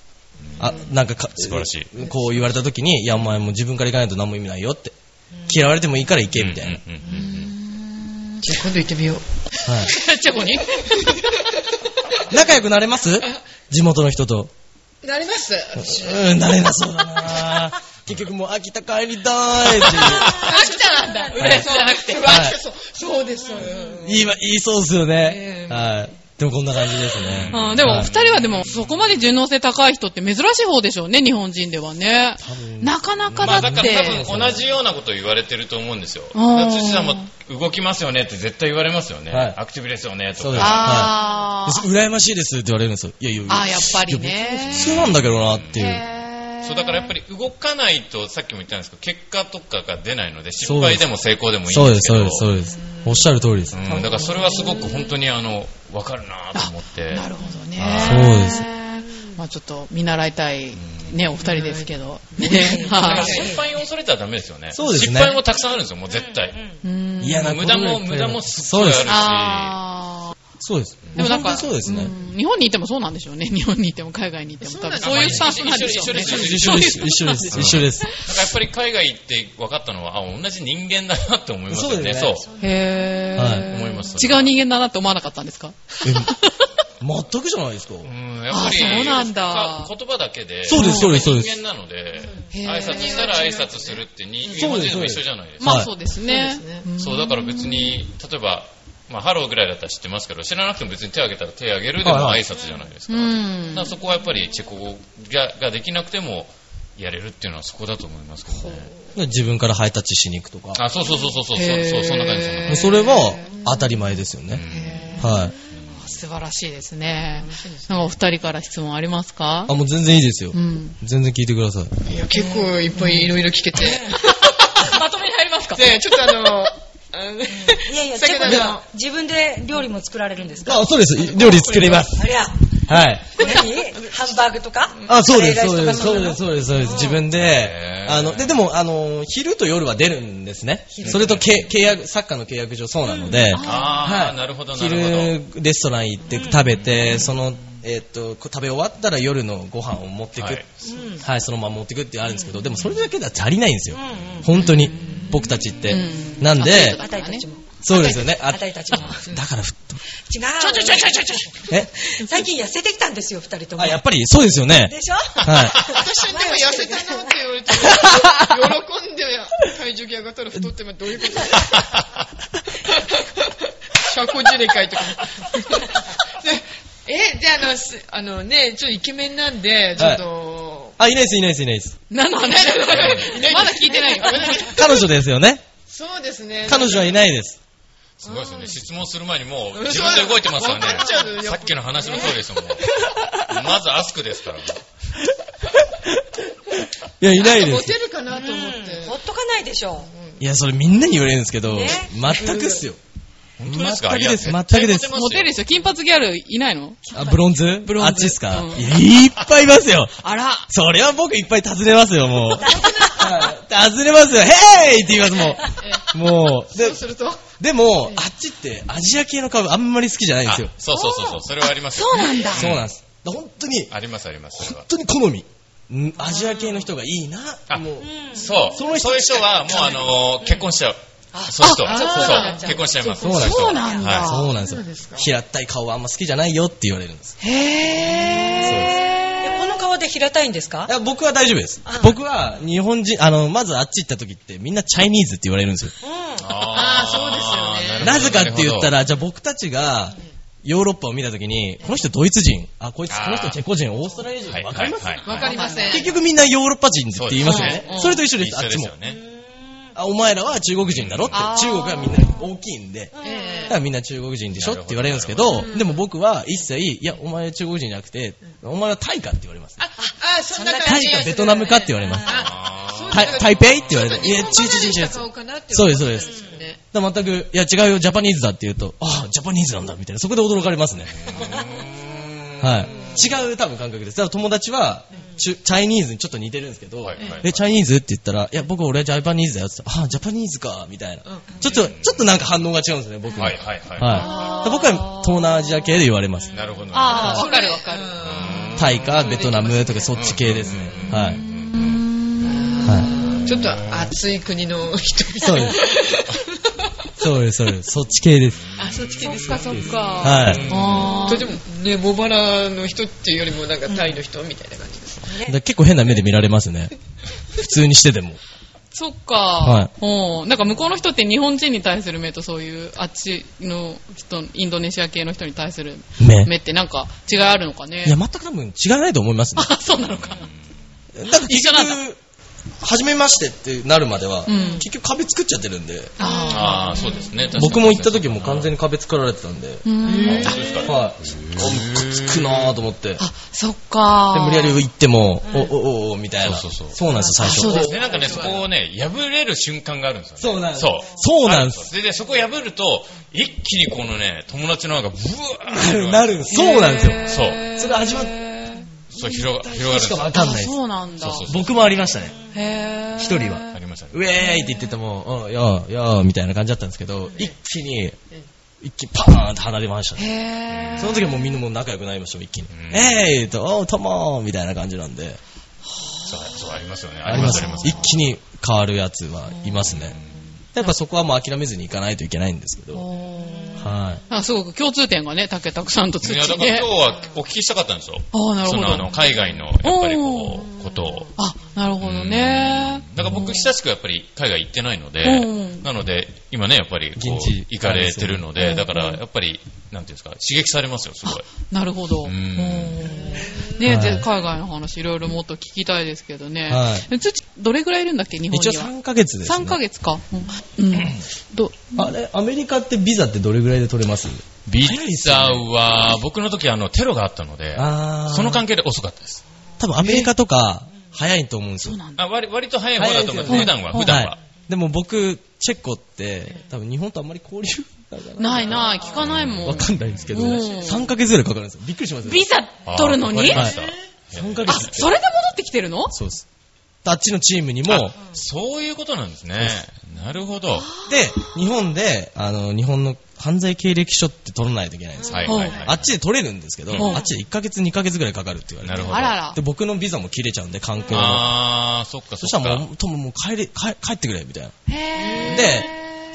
Speaker 5: あ、なんかか
Speaker 6: 素晴らし
Speaker 5: い。こう言われた時に、いや、お前もう自分から行かないと何も意味ないよって。嫌われてもいいから行け、みたいな。
Speaker 6: うんうんうんう
Speaker 7: ー
Speaker 6: ん
Speaker 7: じゃあ今度行ってみよう。
Speaker 5: はい。
Speaker 7: チェコに
Speaker 5: 仲良くなれ ます地元の人と。
Speaker 7: なります。
Speaker 5: うん、なれなそうだな結局もう秋田帰りたいってい
Speaker 7: 秋
Speaker 5: う。
Speaker 7: 田なんだ。浦安じゃなくて。
Speaker 5: は
Speaker 7: う
Speaker 5: い
Speaker 7: わ秋田そうそうです。うん
Speaker 5: 言いわ言いそうですよね。はい。でもこんな感じですね。
Speaker 2: あーでも、
Speaker 5: はい
Speaker 2: 二人はでも、そこまで順応性高い人って珍しい方でしょうね、日本人ではね。なかなか
Speaker 6: ま
Speaker 2: だ
Speaker 6: あ
Speaker 2: っ
Speaker 6: だから多
Speaker 2: て。
Speaker 6: 分同じようなことを言われてると思うんですよ。だ
Speaker 2: うん
Speaker 6: から辻さんも動きますよねって絶対言われますよね。
Speaker 5: はい
Speaker 6: アクティブですよね
Speaker 5: そ
Speaker 6: と
Speaker 5: うです
Speaker 6: か。
Speaker 2: あ
Speaker 5: で羨ましいですって言われるんですよ。いやいやいや、
Speaker 2: あー、やっぱりね。
Speaker 5: 普通なんだけどなっていう。
Speaker 2: へー
Speaker 6: そうだからやっぱり動かないとさっきも言ったんですけど結果とかが出ないので失敗でも成功でもいい
Speaker 5: そうんで
Speaker 6: です
Speaker 5: す、
Speaker 6: け
Speaker 5: そう
Speaker 6: ど
Speaker 5: です、そうです。おっしゃる通りです。
Speaker 6: うんだからそれはすごく本当にあの分かるなと思って
Speaker 2: なるほどね。
Speaker 5: そうです
Speaker 2: まあちょっと見習いたい、ね、お二人ですけど。ね、
Speaker 6: だ か
Speaker 2: は
Speaker 6: ら
Speaker 2: い。
Speaker 6: 失敗を恐れたらダメですよね
Speaker 5: そうですね
Speaker 6: 失敗もたくさんあるんですよもう絶対、
Speaker 2: うん
Speaker 5: 嫌なことがいっぱいあります
Speaker 6: 無駄も無駄もすっ
Speaker 5: そ
Speaker 6: ごい
Speaker 5: うで
Speaker 6: あ
Speaker 5: す
Speaker 6: る。
Speaker 2: あー
Speaker 5: そうです。
Speaker 2: でもなんか、
Speaker 5: そうですね。
Speaker 2: うん日本にいてもそうなんでしょうね。日本にいても海外にいても。多分そういうスタンスなんでしょうね。
Speaker 6: 一緒です
Speaker 5: 一緒です、一緒です、一緒です。
Speaker 6: だからやっぱり海外行って分かったのは、あ、同じ人間だなって思いますよね。
Speaker 5: そ
Speaker 6: そうう,、
Speaker 5: です
Speaker 2: へー
Speaker 5: はい
Speaker 6: 思います
Speaker 2: 違う人間だなって思わなかったんですか
Speaker 5: え全くじゃないですか。
Speaker 6: うーん。もやっぱり、
Speaker 2: あそうなんだ
Speaker 6: か言葉だけで、
Speaker 5: そうですそうですそうです
Speaker 6: 人間なので、
Speaker 2: へー
Speaker 6: 挨拶したら挨拶するってに、日
Speaker 5: そう
Speaker 6: 本
Speaker 5: で
Speaker 6: 人
Speaker 5: すそ
Speaker 6: も
Speaker 5: うで
Speaker 6: 一
Speaker 5: す
Speaker 6: 緒じゃないですか。
Speaker 2: ま
Speaker 5: は
Speaker 2: あ
Speaker 5: い
Speaker 2: そうですね。ん
Speaker 6: そう、だから別に、例えば、まあ、ハローぐらいだったら知ってますけど、知らなくても別に手挙げたら手挙げるでも
Speaker 5: はいは
Speaker 6: 挨
Speaker 5: い
Speaker 6: 拶じゃないですか。
Speaker 2: う
Speaker 6: だ
Speaker 2: ん
Speaker 6: から。そこはやっぱりチェコ語がができなくてもやれるっていうのはそこだと思いますけどね。
Speaker 5: 自分からハイタッチしに行くとか。
Speaker 6: あ、そうそうそうそうそう、
Speaker 2: へー
Speaker 6: そうそんな感じそんな感
Speaker 2: へー
Speaker 6: じ。
Speaker 5: それは当たり前ですよね。
Speaker 2: へー
Speaker 5: はい。
Speaker 2: 素晴らしいですね。なんかお二人から質問ありますか
Speaker 5: あ、もう全然いいですよ
Speaker 2: う。 ん。
Speaker 5: 全然聞いてください。
Speaker 3: いや、結構いっぱいいろいろ聞けて。
Speaker 2: まとめに入りますか
Speaker 3: で、ちょっとあの、あの
Speaker 8: いやいや、
Speaker 3: 先
Speaker 8: チェコ
Speaker 3: ほど
Speaker 8: で
Speaker 3: の
Speaker 8: は自分で料理も作られるんですか
Speaker 5: あ、そうです。料理作ります。
Speaker 8: ありゃ、
Speaker 5: はい。
Speaker 8: 何ハンバーグとか
Speaker 5: あ、そうで
Speaker 8: カ
Speaker 5: す、
Speaker 8: レ
Speaker 5: そ
Speaker 8: ー
Speaker 5: う
Speaker 8: ラ
Speaker 5: で
Speaker 8: イス
Speaker 5: す、
Speaker 8: とか
Speaker 5: そうです、そうです、そうです。自分で
Speaker 6: へ、ー
Speaker 5: あの、で、でも、あの、昼と夜は出るんですね。それとけ契約、サッカーの契約上そうなので、
Speaker 6: ああ、なるほど、なるほど。
Speaker 5: 昼、レストラン行って食べて、その、えっと、こう食べ終わったら夜のご飯を持ってく、
Speaker 6: は
Speaker 5: はいい、そのまま持ってくってあるんですけど、でもそれだけでは足りないんですよ。本当に、僕たちって。
Speaker 2: うん
Speaker 5: なんで、
Speaker 8: あたりたちも。
Speaker 5: そうですよね。あ
Speaker 8: あたりたちも。
Speaker 5: だからふっと。
Speaker 8: 違う。ちょちょちょちょち
Speaker 5: え
Speaker 8: ょ。最近痩せてきたんですよ、二人とも。
Speaker 5: あ、やっぱりそうですよね。
Speaker 8: でしょ
Speaker 5: はい。
Speaker 3: 私でも痩せたなって言われて、喜んで体重計上がったら太ってまどういうこと 社交辞令会とか。でえ、じゃああのす、あのね、ちょっとイケメンなんで、ちょっと、
Speaker 5: あ、いないです、いないです、いないです。
Speaker 2: 何 の話まだ聞いて ないよ。
Speaker 5: 彼女ですよね。
Speaker 3: そうですね。
Speaker 5: 彼女はいないです。
Speaker 6: すごいですよね。質問する前にもう自分で動いてますからね
Speaker 3: わかっちゃうよ。
Speaker 6: さっきの話の通りです もん。まずアスクですからね。
Speaker 5: いや、いないで
Speaker 3: モ
Speaker 5: す
Speaker 3: テ。るかなと思って。
Speaker 8: ほっとかないでしょ。
Speaker 5: いや、それみんなに言われるんですけど、
Speaker 8: ね
Speaker 5: 全くっすよ。
Speaker 6: 本当ですか
Speaker 5: 全くです
Speaker 6: いや
Speaker 5: 全くです
Speaker 6: 絶対
Speaker 2: モ
Speaker 6: モ
Speaker 2: テ
Speaker 6: テ
Speaker 2: る
Speaker 6: ま
Speaker 2: ですしょ金髪ギャルいないの
Speaker 5: あ、ブロンズ
Speaker 2: ブロンズ
Speaker 5: あっちですか、
Speaker 2: うん
Speaker 5: いやいっぱいいますよ。
Speaker 2: あら。
Speaker 5: そりゃ僕いっぱい尋ねますよ、もう。はい尋ねますよ、ヘーイって言います、もう。もう。で
Speaker 3: そう、すると、
Speaker 5: でも、あっちってアジア系の株あんまり好きじゃないんです
Speaker 6: よ
Speaker 5: よ
Speaker 6: あ。そうそうそうそう。それはありますよ。
Speaker 2: そうなんだ。
Speaker 5: そうなんです。だから本当に、
Speaker 6: ありますあります。それは
Speaker 5: 本当に好み。うんアジア系の人がいいな。
Speaker 6: あ
Speaker 5: もう。
Speaker 6: そう。
Speaker 5: そ
Speaker 6: そ
Speaker 5: の
Speaker 6: う
Speaker 5: 人
Speaker 6: いう人はもうあのー、結婚しちゃう。そういう人。
Speaker 2: あ
Speaker 6: そう
Speaker 2: そうなんだ
Speaker 6: そう。結婚しちゃいます。
Speaker 5: そうなんだ
Speaker 6: い人
Speaker 2: そうなんだ
Speaker 6: はい
Speaker 5: そうなんですよ。平たい顔はあんま好きじゃないよって言われるんです。
Speaker 8: えこの顔で平たいんですか
Speaker 5: いや僕は大丈夫です。僕は日本人、あの、まずあっち行った時ってみんなチャイニーズって言われるんですよ。
Speaker 6: あ
Speaker 3: あーそうですよ
Speaker 6: ー
Speaker 5: なぜかって言った
Speaker 6: なる
Speaker 5: ら、じゃあ僕たちがヨーロッパを見た時に、この人ドイツ人、あ、こいつこの人チェコ人、オーストラリア人、
Speaker 6: ほど
Speaker 5: わかります
Speaker 6: はいはいはい
Speaker 3: わかりません。
Speaker 5: 結局みんなヨーロッパ人って言いますよね
Speaker 6: そう。です
Speaker 5: それと一緒です、あ
Speaker 6: 一
Speaker 5: っ
Speaker 6: 緒で
Speaker 5: ち
Speaker 6: す
Speaker 5: も
Speaker 6: よ。ね。
Speaker 5: あ、お前らは中国人だろって、
Speaker 2: あー
Speaker 5: 中国はみんな大きいんで。だ
Speaker 3: え
Speaker 5: からみんな中国人でしょって言われるんですけど、でも僕は一切、いや、お前は中国人じゃなくて、お前はタイかって言われます。
Speaker 3: あ、あ、そんな
Speaker 5: タ
Speaker 3: 感
Speaker 5: イ
Speaker 3: じ。
Speaker 5: かベトナムかって言われます。
Speaker 6: あー
Speaker 3: そう
Speaker 5: タイ台北って言われ、
Speaker 3: ちょってと
Speaker 5: い
Speaker 3: 日
Speaker 5: や、違
Speaker 3: 本
Speaker 5: う
Speaker 3: 離れ
Speaker 5: 違う
Speaker 3: した顔かなっ
Speaker 5: 違う違う。
Speaker 3: て
Speaker 5: そう
Speaker 3: 思っ
Speaker 5: です、
Speaker 3: た
Speaker 5: そ
Speaker 3: ん
Speaker 5: うで。
Speaker 3: ですすね。
Speaker 5: だから全く、いや違うよ、ジャパニーズだって言うと、ああ、ジャパニーズなんだ、みたいな。そこで驚かれますね。はい。違う多分感覚です。だから友達は、チュチャイニーズにちょっと似てるんですけど、
Speaker 6: はいはいはい
Speaker 5: え、チャイニーズって言ったら、いや、僕俺はジャパニーズだよって言ったら、ああ、ジャパニーズか、みたいな。ちょっと、ちょっとなんか反応が違うんですね、僕も。
Speaker 6: は
Speaker 5: はいい。
Speaker 6: はいはい。
Speaker 5: だから僕は東南アジア系で言われます。
Speaker 6: なるほど。
Speaker 2: ああ、わかるわかる。
Speaker 5: タイかベトナムとかそっち系ですね。はい。はい。
Speaker 3: ちょっと暑い国の人々。
Speaker 5: そうです。そうです、そうです。そっち系です。
Speaker 3: あ、そっち系です
Speaker 2: そっか
Speaker 3: か。
Speaker 2: そっか。
Speaker 5: はい。
Speaker 2: あ
Speaker 3: とてもね、茂原の人っていうよりもなんかタイの人みたいな感じです。
Speaker 5: だから結構変な目で見られますね。普通にしてても。
Speaker 2: そっか。
Speaker 5: は
Speaker 2: うん。なんか向こうの人って日本人に対する目とそういうあっちの人、インドネシア系の人に対する
Speaker 5: ね。
Speaker 2: 目ってなんか違いあるのかね
Speaker 5: い。や、全く多分違わないと思いますね
Speaker 2: あ。、そうなのか。
Speaker 5: だって
Speaker 2: 一緒なんだ
Speaker 5: 結局、初めましてってなるまでは、
Speaker 2: うん
Speaker 5: 結局壁作っちゃってるんで、
Speaker 2: あ
Speaker 6: ああ、そうですね。
Speaker 5: 僕も行った時も完全に壁作られてたんで、
Speaker 2: ーうん
Speaker 6: に。あそうですか。
Speaker 5: はい。あくっつくなぁと思って。で、
Speaker 2: あ、そっか。
Speaker 5: 無理やり行っても、お、お、お、おみたいな。
Speaker 6: そうそうそう
Speaker 5: なんですよ、最初。
Speaker 2: あそうです
Speaker 6: で、なんかね、そこをね、破れる瞬間があるんですよね。
Speaker 5: そうなんです
Speaker 6: そう。
Speaker 5: そうなんです
Speaker 6: あるで、でそこ破ると、一気にこのね、友達の輪がブワーって
Speaker 5: なるんですそうなんですよ。
Speaker 6: そう。
Speaker 5: それ味わっ
Speaker 6: そう、広が、広がるんです
Speaker 5: しか
Speaker 6: よ。
Speaker 5: わかん
Speaker 2: あ
Speaker 5: ないです。
Speaker 2: そうなんだ。
Speaker 6: そうそうそう
Speaker 5: 僕もありましたね。
Speaker 2: へー。
Speaker 5: 一人は
Speaker 6: ありましたね。
Speaker 5: ウェーイって言ってても、うん、やあ、やあ、みたいな感じだったんですけど、一気に、一気にパーンって離れましたね。
Speaker 2: へー。
Speaker 5: その時はもうみんなもう仲良くなりましたもん、一気に
Speaker 6: う。ん
Speaker 5: えーいと、おう、ともーみたいな感じなんで。
Speaker 6: そう、そう、ありますよね。あります、あります。
Speaker 5: 一気に変わるやつはいますね。やっぱそこはもう諦めずにいかないといけないんですけど。
Speaker 2: おー
Speaker 5: はい。
Speaker 2: なんかすごく共通点がね、竹拓さんと土
Speaker 6: い
Speaker 2: で。
Speaker 6: や、だから今日はお聞きしたかったんですよ。
Speaker 2: ああ、なる
Speaker 6: そ
Speaker 2: ほ
Speaker 6: の、あ
Speaker 2: ど
Speaker 6: の、。海外の、やっぱりこう、ことを。
Speaker 2: あ、なるほどね。
Speaker 6: だから僕、久しくやっぱり海外行ってないので
Speaker 2: うん、
Speaker 6: なので、今ね、やっぱりこう、
Speaker 5: 現地
Speaker 6: 行かれてるの
Speaker 2: う
Speaker 6: で、
Speaker 2: ん
Speaker 6: だから、やっぱり、なんていうんですか、刺激されますよ、すごい。
Speaker 2: なるほど。
Speaker 6: う
Speaker 2: お
Speaker 6: ん
Speaker 2: ー
Speaker 5: は
Speaker 2: ね
Speaker 5: い
Speaker 2: で海外の話いろいろもっと聞きたいですけどね。
Speaker 5: は
Speaker 2: 土、どれぐらいいるんだっけ、日本
Speaker 5: 一応
Speaker 2: には。
Speaker 5: 3ヶ月です、ね。
Speaker 2: 3ヶ。月か。うん。うんど、
Speaker 5: あれ、アメリカってビザってどれぐらいで取れます
Speaker 6: ビザは、僕の時、あの、テロがあったので、
Speaker 5: あー
Speaker 6: その関係で遅かったです。
Speaker 5: 多分アメリカとか早いと思うんですよ。
Speaker 6: あ割割と早い方だと思います。
Speaker 5: 早
Speaker 6: 普
Speaker 5: いですよ
Speaker 6: 段
Speaker 5: ね
Speaker 6: は、普段
Speaker 5: はい
Speaker 6: は。
Speaker 5: でも僕、チェコって、多分日本とあんまり交流が
Speaker 2: ないない、聞かないも
Speaker 5: わ
Speaker 2: ん。
Speaker 5: かんないんですけど、
Speaker 2: うん
Speaker 5: 3ヶ月ぐらいかかるんですよ。びっくりしますよね
Speaker 2: ビザ取るのに
Speaker 6: あわかりま
Speaker 2: あ
Speaker 6: した
Speaker 5: 3ヶ、
Speaker 2: あ
Speaker 5: 月って
Speaker 2: それで戻ってきてるの
Speaker 5: そうです。あっちのチームに
Speaker 6: も
Speaker 5: も
Speaker 6: う、、そういうことなんですね。なるほど。は
Speaker 5: で、日本で、あの、日本の犯罪経歴書って取らないといけないんですよ。
Speaker 6: いはいはい。
Speaker 5: あっちで取れるんですけど、
Speaker 2: うん
Speaker 5: あっちで1ヶ月、2ヶ月ぐらいかかるって言われて。
Speaker 6: なるほど。
Speaker 2: あらら
Speaker 5: で、。僕のビザも切れちゃうんで、観光の。
Speaker 6: あー、そっかそ
Speaker 5: そした
Speaker 6: っ
Speaker 5: ら
Speaker 6: か。
Speaker 5: もう、とももう帰れ、帰帰ってくれ、みたいな。
Speaker 2: へー
Speaker 5: で、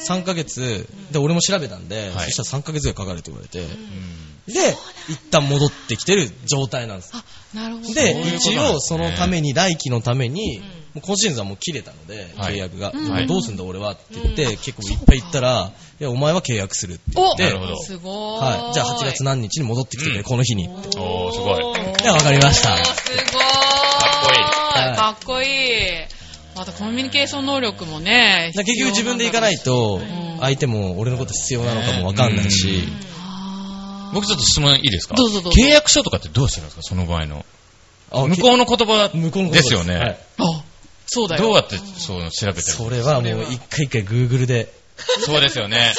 Speaker 5: 3ヶ月、で、俺も調べたんで、
Speaker 6: はい
Speaker 5: そしたら3ヶ月ぐらいかかるって言われて、
Speaker 6: うん
Speaker 5: で、一旦戻ってきてる状態なんです。
Speaker 2: あ、なるほど。
Speaker 5: で
Speaker 6: そういう、こと
Speaker 5: 一
Speaker 6: なんですね
Speaker 5: 応そのために、来期のために、もう今シーズンはもう切れたので、
Speaker 6: はい
Speaker 5: 契約が。
Speaker 2: うん
Speaker 5: で
Speaker 6: はい
Speaker 5: どうすんだ俺はって言って、結構いっぱい言ったら、いや、お前は契約するって言
Speaker 2: お
Speaker 5: っ
Speaker 6: な
Speaker 5: て
Speaker 6: るほ、ど
Speaker 2: すごーい。
Speaker 5: はい。じゃあ8月何日に戻ってきてく
Speaker 6: うん
Speaker 5: れ、この日にって。
Speaker 6: おー、すごい。
Speaker 5: でわかりました
Speaker 2: おーすごーい。
Speaker 5: か
Speaker 2: かっこいい。またコミュニケーション能力もね。
Speaker 5: だから結局自分で行かない
Speaker 2: 必
Speaker 5: と
Speaker 2: ん、
Speaker 5: 相手も俺のこと必要なのかもわかんないし、
Speaker 2: 要なんだろうし。
Speaker 6: 僕ちょっと質問いいですか
Speaker 2: どうぞどうぞ
Speaker 6: 契約書とかってどうしてるんですかその場合の。
Speaker 5: あ
Speaker 6: 向こうの言葉
Speaker 5: 向こうのこと
Speaker 6: ですよね。
Speaker 5: はい
Speaker 2: あ、そうだよ。
Speaker 6: どうやってそう調べてる
Speaker 5: それはもう一回一回 Google で。
Speaker 6: そうですよね。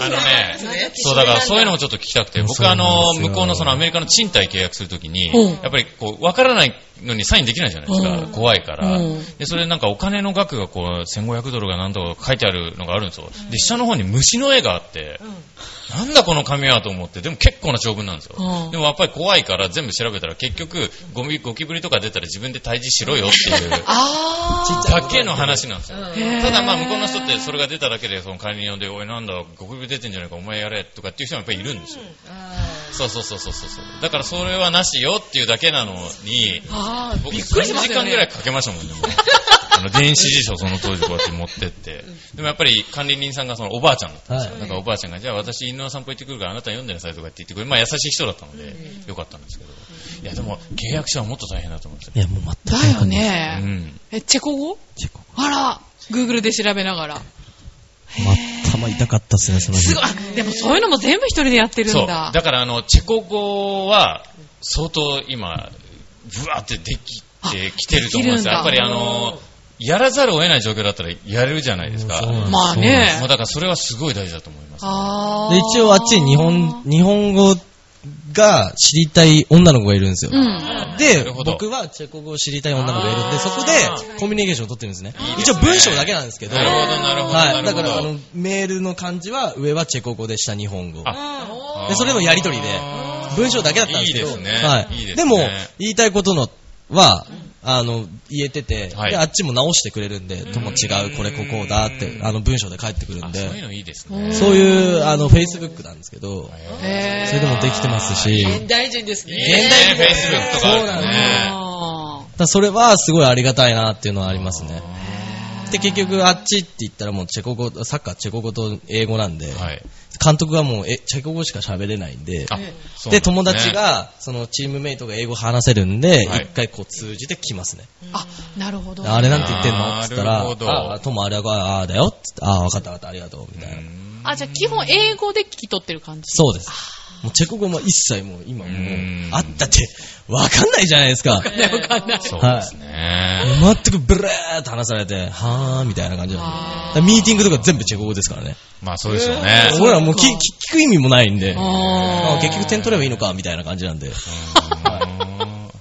Speaker 6: あのね、そうだからそういうのもちょっと聞きたくて、
Speaker 5: そ
Speaker 6: 僕
Speaker 5: う
Speaker 6: あ
Speaker 5: なん
Speaker 6: の、
Speaker 5: ですよ
Speaker 6: 向こうのそのアメリカの賃貸契約するときに
Speaker 2: うん、
Speaker 6: やっぱりこう、わからないのにサインできないじゃないです
Speaker 2: う
Speaker 6: か
Speaker 2: ん。
Speaker 6: 怖いから
Speaker 2: うん。
Speaker 6: で、それなんかお金の額がこう、1500ドルがなんとか書いてあるのがあるんですよ。で、下の方に虫の絵があって、なんだこの紙はと思って、でも結構な長文なんですよ
Speaker 2: うん。
Speaker 6: でもやっぱり怖いから全部調べたら結局、ゴミ、ゴキブリとか出たら自分で退治しろよっていう、
Speaker 2: あー。
Speaker 6: だけの話なんですよ。
Speaker 2: へー
Speaker 6: ただまあ向こうの人ってそれが出ただけでその管理人呼んで、おいなんだ、ゴキブリ出てんじゃないか、お前やれとかっていう人もやっぱりいるんですよ。そうそうそうそうそうそう。だからそれはなしよっていうだけなのに、
Speaker 2: あー
Speaker 6: 僕
Speaker 2: びっ
Speaker 6: 3
Speaker 2: くりし
Speaker 6: 時
Speaker 2: ますよ
Speaker 6: 間ぐらい
Speaker 2: ね。
Speaker 6: かけましたもんね。 もうあの電子辞書その当時こうやって持ってって。でもやっぱり管理人さんがそのおばあちゃんだったんですよ。
Speaker 5: はい
Speaker 6: だからおばあちゃんが、じゃあ私犬の散歩行ってくるからあなた読んでなさいとかって言ってくれる。まあ優しい人だったので、よかったんですけど。いやでも契約書はもっと大変だと思うんですよ。
Speaker 5: いや、もう全く
Speaker 2: だよ
Speaker 6: う
Speaker 2: ね。
Speaker 6: ん。
Speaker 2: え、チェコ語
Speaker 5: チェコ
Speaker 2: あら、Google で調べながら。
Speaker 5: 頭痛かったっすね、その
Speaker 2: す
Speaker 5: 日
Speaker 2: ごい。。あでもそういうのも全部一人でやってるん
Speaker 6: そう。
Speaker 2: だ。
Speaker 6: だから、あの、チェコ語は、相当今、ブワーってできてきてると思うんですよ。や
Speaker 2: あ
Speaker 6: っ
Speaker 2: で
Speaker 6: ぱ
Speaker 2: き
Speaker 6: り
Speaker 2: るんだ
Speaker 6: あの、やらざるを得ない状況だったらやれるじゃないですか。
Speaker 5: そうなんです
Speaker 2: まあね
Speaker 6: もうだからそれはすごい大事だと思います。
Speaker 2: あー
Speaker 5: で、一応あっちに日本、日本語が知りたい女の子がいるんですよ。
Speaker 2: うん。
Speaker 6: な
Speaker 5: で
Speaker 6: るほ、ど
Speaker 5: 僕はチェコ語を知りたい女の子がいるんで、そこ
Speaker 6: あ
Speaker 5: で
Speaker 6: ー
Speaker 5: コミュニケーションを取ってるんですね
Speaker 6: いい。です
Speaker 5: 一
Speaker 6: ね
Speaker 5: 応文章だけなんですけど、
Speaker 6: なるほど、なるほど。な
Speaker 5: はい。
Speaker 6: る
Speaker 5: だ
Speaker 6: ほ
Speaker 5: か
Speaker 6: ど
Speaker 5: ら、あの、メールの漢字は、上はチェコ語で、下日本語。
Speaker 6: あ
Speaker 5: でそれのやりとりで
Speaker 6: あー
Speaker 5: 文章だけだったんですけど、
Speaker 6: いいですね。
Speaker 5: は
Speaker 6: い
Speaker 5: い
Speaker 6: いですね。
Speaker 5: でも、言いたいことのは、あの、言えてて、
Speaker 6: はい
Speaker 5: であっちも直してくれるんで、とも違う、これここだって、あの、文章で返ってくるん
Speaker 6: あ
Speaker 5: で
Speaker 6: そう、いうのいいです
Speaker 2: う
Speaker 6: ね
Speaker 2: ん。
Speaker 5: そういう、あの、Facebook なんですけど、
Speaker 2: へー
Speaker 5: それでもできてますし、
Speaker 3: 現代人です
Speaker 6: いい
Speaker 3: ね。
Speaker 6: ね、フェイスブックとかある
Speaker 5: そうな
Speaker 6: と
Speaker 5: んです
Speaker 6: ね。
Speaker 2: あー
Speaker 5: だからそれはすごいありがたいなっていうのはありますね。で、結局、あっちって言ったらもうチェコ語、サッカーチェコ語と英語なんで、
Speaker 6: はい。
Speaker 5: 監督がもうえチェコ語しか喋れないんで、
Speaker 6: あ
Speaker 5: で
Speaker 6: そうなんすね
Speaker 5: 友達が、そのチームメイトが英語話せるんで、一、
Speaker 6: はい
Speaker 5: 回こう通じて来ますね。
Speaker 2: あ、なるほど。
Speaker 5: あれなんて言ってんのって言っ
Speaker 6: な
Speaker 5: たら、
Speaker 6: るほど
Speaker 5: ああ、ともあれは、ああだよって言ってああ、わかったわかった、ありがとう、みたいな。
Speaker 2: あ、じゃあ基本英語で聞き取ってる感じ。
Speaker 5: そうです。もうチェコ語も一切もう今もう
Speaker 6: うん、
Speaker 5: あったって、わかんないじゃないです
Speaker 6: そ
Speaker 5: か。
Speaker 6: う
Speaker 5: は
Speaker 6: で
Speaker 5: い
Speaker 6: すね。
Speaker 5: 全くブレーって話されて、はーみたいな感じなんで
Speaker 2: あー
Speaker 5: だからミーティングとか全部チェコ語ですからね。
Speaker 6: まあそうですよね。
Speaker 5: 俺らもう聞聞く意味もないんで、
Speaker 2: あー
Speaker 5: あ結局点取ればいいのか、みたいな感じなんで。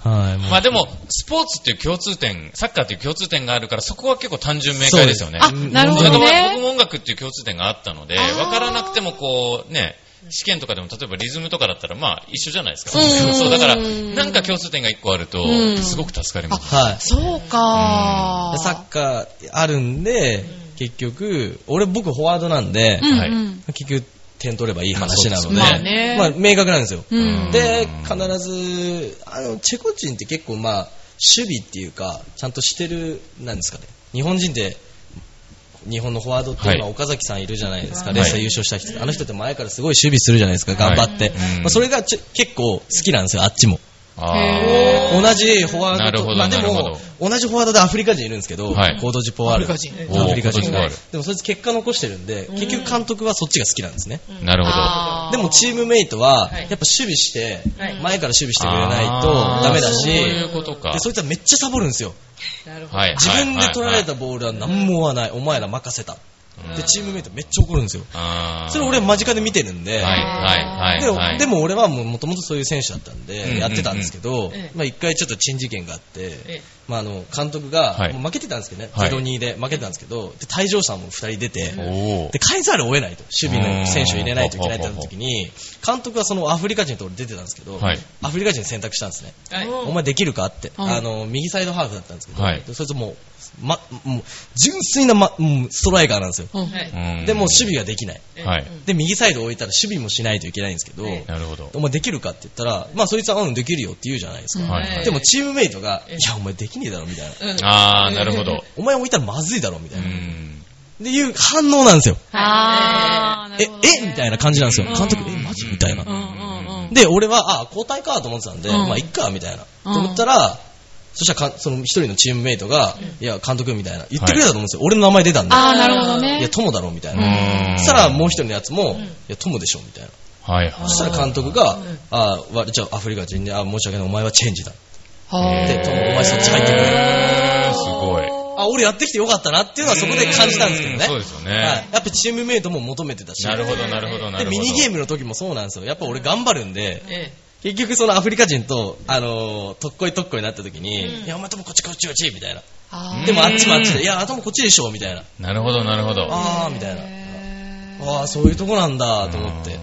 Speaker 6: うん
Speaker 5: はい、もう
Speaker 6: まあでも、スポーツっていう共通点、サッカーっていう共通点があるから、そこは結構単純明快ですよね。
Speaker 2: あ、なるほ
Speaker 6: だ
Speaker 2: ど
Speaker 6: から僕
Speaker 2: ね。
Speaker 6: も音楽っていう共通点があったので、
Speaker 2: あー
Speaker 6: わからなくてもこう、ね、試験とかでも例えばリズムとかだったら、まあ一緒じゃないですか。
Speaker 2: うん
Speaker 6: そう、だから、なんか共通点が一個あると
Speaker 2: うん、
Speaker 6: すごく助かります。
Speaker 5: はい。
Speaker 2: そうか
Speaker 5: サッカーあるんで、結結局、俺僕フォワードなんで、
Speaker 2: うんうん
Speaker 6: はい
Speaker 5: 結局点取ればいい話なので、
Speaker 2: まあね
Speaker 5: まあ明確なんですよ。
Speaker 2: うん
Speaker 5: で、必ず、あの、チェコ人って結構まあ、守備っていうか、ちゃんとしてる、なんですかね。日本人って、日本のフォワードって今、
Speaker 6: はい
Speaker 5: 岡崎さんいるじゃないですか、
Speaker 6: い
Speaker 5: レースで優勝した人、あの人って前からすごい守備するじゃないですか、頑張って。
Speaker 6: うん
Speaker 5: まあ、それがちょ結構好きなんですよ、あっちも。
Speaker 6: あ
Speaker 2: へ
Speaker 5: 同じフォワ
Speaker 6: な
Speaker 5: ー
Speaker 6: る
Speaker 5: ド
Speaker 6: ほ
Speaker 5: と、
Speaker 6: ど
Speaker 5: まあで
Speaker 6: なるほ
Speaker 5: も、同じフォワードでアフリカ人いるんですけど、
Speaker 6: はい
Speaker 5: コードジポワール。
Speaker 3: アフリカ人
Speaker 6: おー
Speaker 5: アフリカ人
Speaker 6: コードジポワール
Speaker 5: でもそいつ結果残してるんで、結局監督はそっちが好きなんですね。
Speaker 6: ーなるほど。
Speaker 2: あ
Speaker 5: でもチームメイトは、
Speaker 3: はい
Speaker 5: やっぱ守備して、
Speaker 3: はい
Speaker 5: 前から守備してくれないと
Speaker 6: あー
Speaker 5: ダメだし、
Speaker 6: そういうことか
Speaker 5: で、。そいつはめっちゃサボるんですよ。
Speaker 3: なるほど。
Speaker 6: はい
Speaker 5: 自分で取られた
Speaker 6: はい
Speaker 5: ボールは何もはない、お前ら任せた。
Speaker 6: はい
Speaker 5: で、チームメイトめっちゃ怒るんですよ。
Speaker 6: あー
Speaker 5: それ俺間近で見てるん
Speaker 6: は
Speaker 5: で、
Speaker 6: いはいはい
Speaker 5: でも
Speaker 6: はい。
Speaker 5: でも俺はもともとそういう選手だったん
Speaker 6: うんうんう
Speaker 5: で、
Speaker 6: ん
Speaker 5: やってたんですけど
Speaker 3: ええ、
Speaker 5: まあ一回ちょっと珍事件があって
Speaker 3: え、
Speaker 5: まああの、監督が
Speaker 6: はい
Speaker 5: もう負けてたんですけどね、
Speaker 6: はい
Speaker 5: 0-2で負けてたんですけど、で退場者も2人出て、
Speaker 6: おー
Speaker 5: で、変えざるを得ないと。守備の選手を入れないといけないってなった時に、監督はそのアフリカ人と俺出てたんですけど、
Speaker 6: はい
Speaker 5: アフリカ人選択したんですね。
Speaker 3: はい。
Speaker 5: お前できるかって、
Speaker 2: うん
Speaker 5: あの、右サイドハーフだったんですけど、
Speaker 6: はい
Speaker 5: そいつもう、ま、もう、純粋な、ま、もうストライカーなんですよ。
Speaker 2: うん
Speaker 3: はい
Speaker 6: うん
Speaker 5: で、もう守備ができない。
Speaker 6: はい。
Speaker 5: で、右サイド置いたら守備もしないといけないんですけど、
Speaker 3: え
Speaker 6: なるほど。
Speaker 5: お前できるかって言ったら、まあそいつはうんできるよって言うじゃないですか。
Speaker 6: は
Speaker 3: え
Speaker 6: い。
Speaker 5: でもチームメイトが、い
Speaker 3: え
Speaker 5: やお前できねえだろみたいな。
Speaker 3: うん
Speaker 6: あー、なるほど。
Speaker 5: お前置いたらまずいだろみた
Speaker 6: う
Speaker 5: いな。っ
Speaker 6: ん。
Speaker 5: ていう反応なんですよ。
Speaker 2: あー、なる
Speaker 5: え、
Speaker 2: ほどね。
Speaker 5: えみたいな感じなんですよ。
Speaker 2: うん
Speaker 5: 監督、え、マジみたいな
Speaker 2: う。んうんうん。
Speaker 5: で、俺は、あ、交代かと思ってたんで、
Speaker 2: うん
Speaker 5: まあ、いっか、みたいな。
Speaker 2: うん
Speaker 5: と思ったら、そしたらか、その一人のチームメイトが、いや、監督みたいな。言ってくれたと思うんですよ。俺の名前出たんで。
Speaker 2: あー、なるほど
Speaker 5: い
Speaker 2: ね
Speaker 5: や、。友だろ、みたいうな。
Speaker 6: ん
Speaker 5: そしたら、もう一人のやつも、いや、友でしょ、みたいな。
Speaker 6: はいはい。
Speaker 5: そしたら監督が、あー、わじゃあ、アフリカ人に、あー、申し訳ない、お前はチェンジだ。
Speaker 2: は
Speaker 5: で、
Speaker 2: ー
Speaker 5: 友、お前そっち入ってくれ。
Speaker 6: へーすごい。
Speaker 5: あ、俺やってきてよかったなっていうのはそこで感じたんですけどね。
Speaker 6: うんそうですよね
Speaker 5: はいやっぱチームメイトも求めてたし。
Speaker 6: なるほど、なるほど、なるほ
Speaker 5: で、
Speaker 6: ど。
Speaker 5: ミニゲー
Speaker 6: ム。
Speaker 5: ムの時もそうなんですよ。やっぱ俺頑張るんで、
Speaker 3: え
Speaker 5: 結局そのアフリカ人と、あのー、とっこいとっこいになった時に、いや、お前ともこっちこっちこっち、みたいな。
Speaker 2: あ
Speaker 5: でもあっちもあっちで、いや、あともこっちでしょ、みたいな。
Speaker 6: なるほど、なるほど。
Speaker 5: あー、みたいな。あー、そういうとこなんだ、と思って。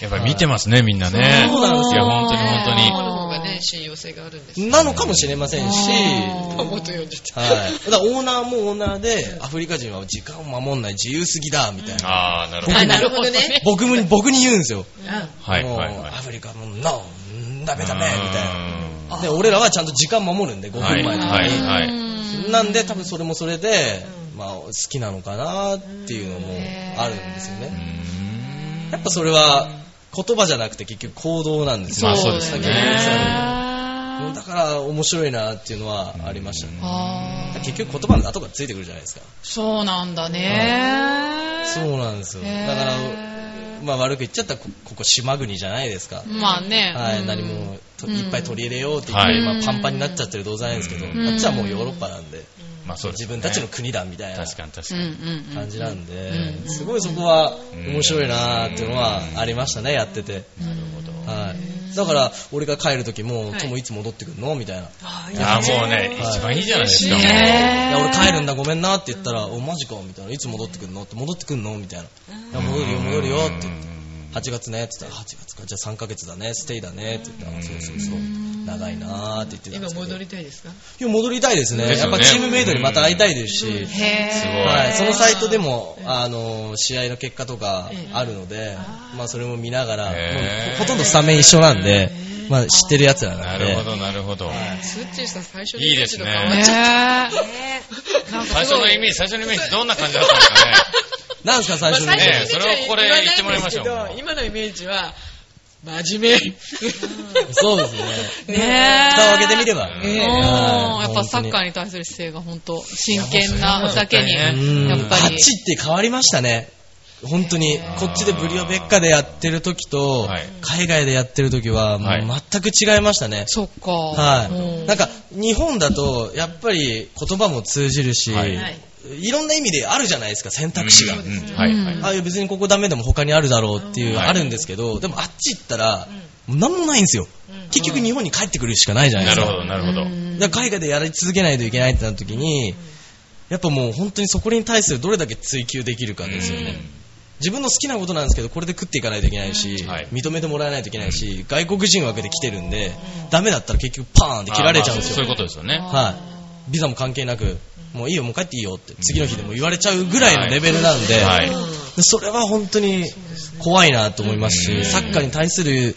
Speaker 6: やっぱり見てますね、みんなね。
Speaker 5: そうなんです
Speaker 6: いや、
Speaker 5: よ
Speaker 6: 本当に
Speaker 3: え。
Speaker 6: 本
Speaker 3: この方がね、信用性があるんです。
Speaker 5: なのかもしれませんし、
Speaker 2: あ
Speaker 3: もっと40点。
Speaker 5: はい。だからオーナーもオーナーで、アフリカ人は時間を守んない、自由すぎだ、みたい
Speaker 6: 当に。
Speaker 5: な。
Speaker 6: あー、なるほど。
Speaker 3: あ、なるほど ね。
Speaker 5: 僕に、僕に言うんですよ。
Speaker 6: はい、
Speaker 5: もう、
Speaker 6: はい、はい
Speaker 5: ア。フリカも、ノー、ダメダメ、みたいな。
Speaker 6: う
Speaker 5: で、俺らはちゃんと時間守るんで、5分前とかに。
Speaker 6: はい
Speaker 2: ー
Speaker 6: はい
Speaker 2: うん
Speaker 5: なんで多分それもそれで、まあ好きなのかなっていうのもあるんですよ
Speaker 6: ー
Speaker 5: ね。
Speaker 6: ん
Speaker 5: やっぱそれは言葉じゃなくて結局行動なんです
Speaker 6: ま
Speaker 5: よ
Speaker 6: あそうですよ
Speaker 5: 先
Speaker 6: ね
Speaker 5: ほど言ってたように
Speaker 2: ね
Speaker 5: だから面白いなっていうのはありましたね。
Speaker 2: あー
Speaker 5: 結局言葉の後がついてくるじゃないですか。
Speaker 2: そうなんだね。
Speaker 5: そうなんですよ。
Speaker 2: へー
Speaker 5: だから、まあ悪く言っちゃったらこここ島国じゃないですか。
Speaker 2: まあね。
Speaker 5: は
Speaker 2: う
Speaker 5: い、
Speaker 2: ん
Speaker 5: 何もと
Speaker 2: うん
Speaker 5: いっぱい取り入れようって言って、
Speaker 6: はい
Speaker 5: まあ、パンパンになっちゃってる銅像なんですけど、
Speaker 6: うん
Speaker 5: あっちはもうヨーロッパなんで、
Speaker 6: まあそうです
Speaker 5: 自
Speaker 6: ね
Speaker 5: 分たちの国だみたいな
Speaker 6: 確かに確
Speaker 2: う
Speaker 6: か
Speaker 2: んう
Speaker 6: に。
Speaker 2: んうん。
Speaker 5: 感じなんで、
Speaker 2: うん
Speaker 5: すごいそこは面白いなーっていうのはありましたね、やってて。
Speaker 6: なるほど。
Speaker 5: はい、だから、俺が帰る時も、ともいつ戻ってくるのみたいな。い
Speaker 6: いや、もうね、一番いいじゃないですか。もう
Speaker 2: ね
Speaker 5: や、俺帰るんだ、ごめんなって言ったら、お、マジかみたいな。いつ戻ってくるのって戻ってくるのみたいな。いや、戻るよ、戻るよって言って。8月ねって言ったら、8月か、じゃあ3ヶ月だね、ステイだねって言ったら、あそうそうそう、長いなーって言ってたんで
Speaker 3: 今
Speaker 5: すけど。
Speaker 3: 戻りたいですか
Speaker 5: いや戻りたいですね。
Speaker 6: です
Speaker 5: や
Speaker 6: よ
Speaker 5: っ
Speaker 6: ね
Speaker 5: ぱチームメイトにまた会いたいですし。
Speaker 2: へ
Speaker 6: すごい
Speaker 2: ー。
Speaker 5: はい、そのサイトでも、あの、試合の結果とかあるので、まあそれも見ながら、もう
Speaker 6: へー
Speaker 5: ほとんどスタメン一緒なんで、まあ知ってるやつらな
Speaker 6: なん
Speaker 5: で。
Speaker 6: るほど、なるほど。
Speaker 3: スッチーさん最初に
Speaker 6: いいですね。
Speaker 2: ね
Speaker 6: 最初のイメージ、最初のイメージ、どんな感じだったんですかね。
Speaker 5: なんですか最初に
Speaker 6: まあ最初
Speaker 5: ね
Speaker 6: に。それをこれ言ってもらいましょう
Speaker 3: 今のイメージは、真面目。
Speaker 5: そうですね。
Speaker 2: え。ねえ。
Speaker 5: 蓋を開けてみれば。
Speaker 6: うん
Speaker 2: うん
Speaker 5: はい
Speaker 2: やっぱサッカー
Speaker 5: 本
Speaker 2: に対する姿勢が本当真剣なだけに、
Speaker 6: いや
Speaker 5: 当に
Speaker 2: や
Speaker 5: う
Speaker 2: っ
Speaker 5: ん
Speaker 2: ぱ
Speaker 5: あっ
Speaker 2: り。
Speaker 5: ちって変わりましたね。本当に、こっちでブリオベッカでやってる時と
Speaker 6: はい、
Speaker 5: 海外でやってる時は、も
Speaker 6: はいう
Speaker 5: 全く違いましたね。
Speaker 2: そっか。
Speaker 5: はい。なん
Speaker 2: か、
Speaker 5: か、日本だと、やっぱり言葉も通じるし、
Speaker 6: はい
Speaker 5: い、ろんな意味であるじゃないですか、選択 肢が。
Speaker 6: うんうんはい、はい。
Speaker 5: あいや別にここダメでも他にあるだろうっていう、
Speaker 6: はい
Speaker 5: あるんですけど、でもあっち行ったら、もう何もないんですよ。結局日本に帰ってくるしかないじゃないで
Speaker 6: な
Speaker 5: す
Speaker 6: るほ
Speaker 5: か。
Speaker 6: ど、なるほど。
Speaker 2: うん
Speaker 5: だから海外でやり続けないといけないってなった時に、やっぱもう本当にそこに対するどれだけ追求できるかですよね。自分の好きなことなんですけど、これで食っていかないといけないし、
Speaker 6: はい
Speaker 5: 認めてもらえないといけないし、外国人枠で来てるんで、ダメだったら結局パーンって切られちゃうんです
Speaker 6: まあまあそう
Speaker 5: よ。
Speaker 6: そういうことですよね。
Speaker 5: はい。ビザも関係なく、もういいよ、もう帰っていいよって、次の日でも言われちゃうぐらいのレベルなんで、
Speaker 6: はい。
Speaker 5: でそれは本当に怖いなと思います
Speaker 6: うん
Speaker 5: し、サッカーに対する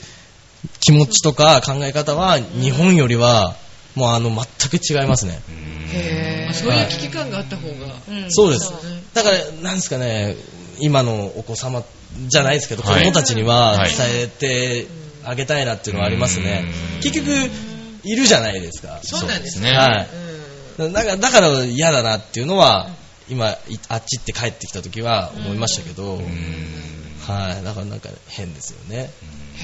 Speaker 5: 気持ちとか考え方は、日本よりは、もうあの、全く違いますね。
Speaker 3: へーそういう危機感があった方が。
Speaker 8: うん
Speaker 5: そうです
Speaker 8: そう。
Speaker 5: だから、なんですかね、今のお子様じゃないですけど、子
Speaker 6: はい
Speaker 5: 供たちには
Speaker 6: はい
Speaker 5: 伝えてあげたいなっていうのはありますね
Speaker 6: うん。
Speaker 5: 結局、いるじゃないですか。
Speaker 3: そうなんですね。
Speaker 6: ね
Speaker 5: はい。
Speaker 3: うん
Speaker 5: だからだから嫌だなっていうのは、今、いあっち行って帰ってきた時は思いましたけど、はい。だからなんか変ですよね。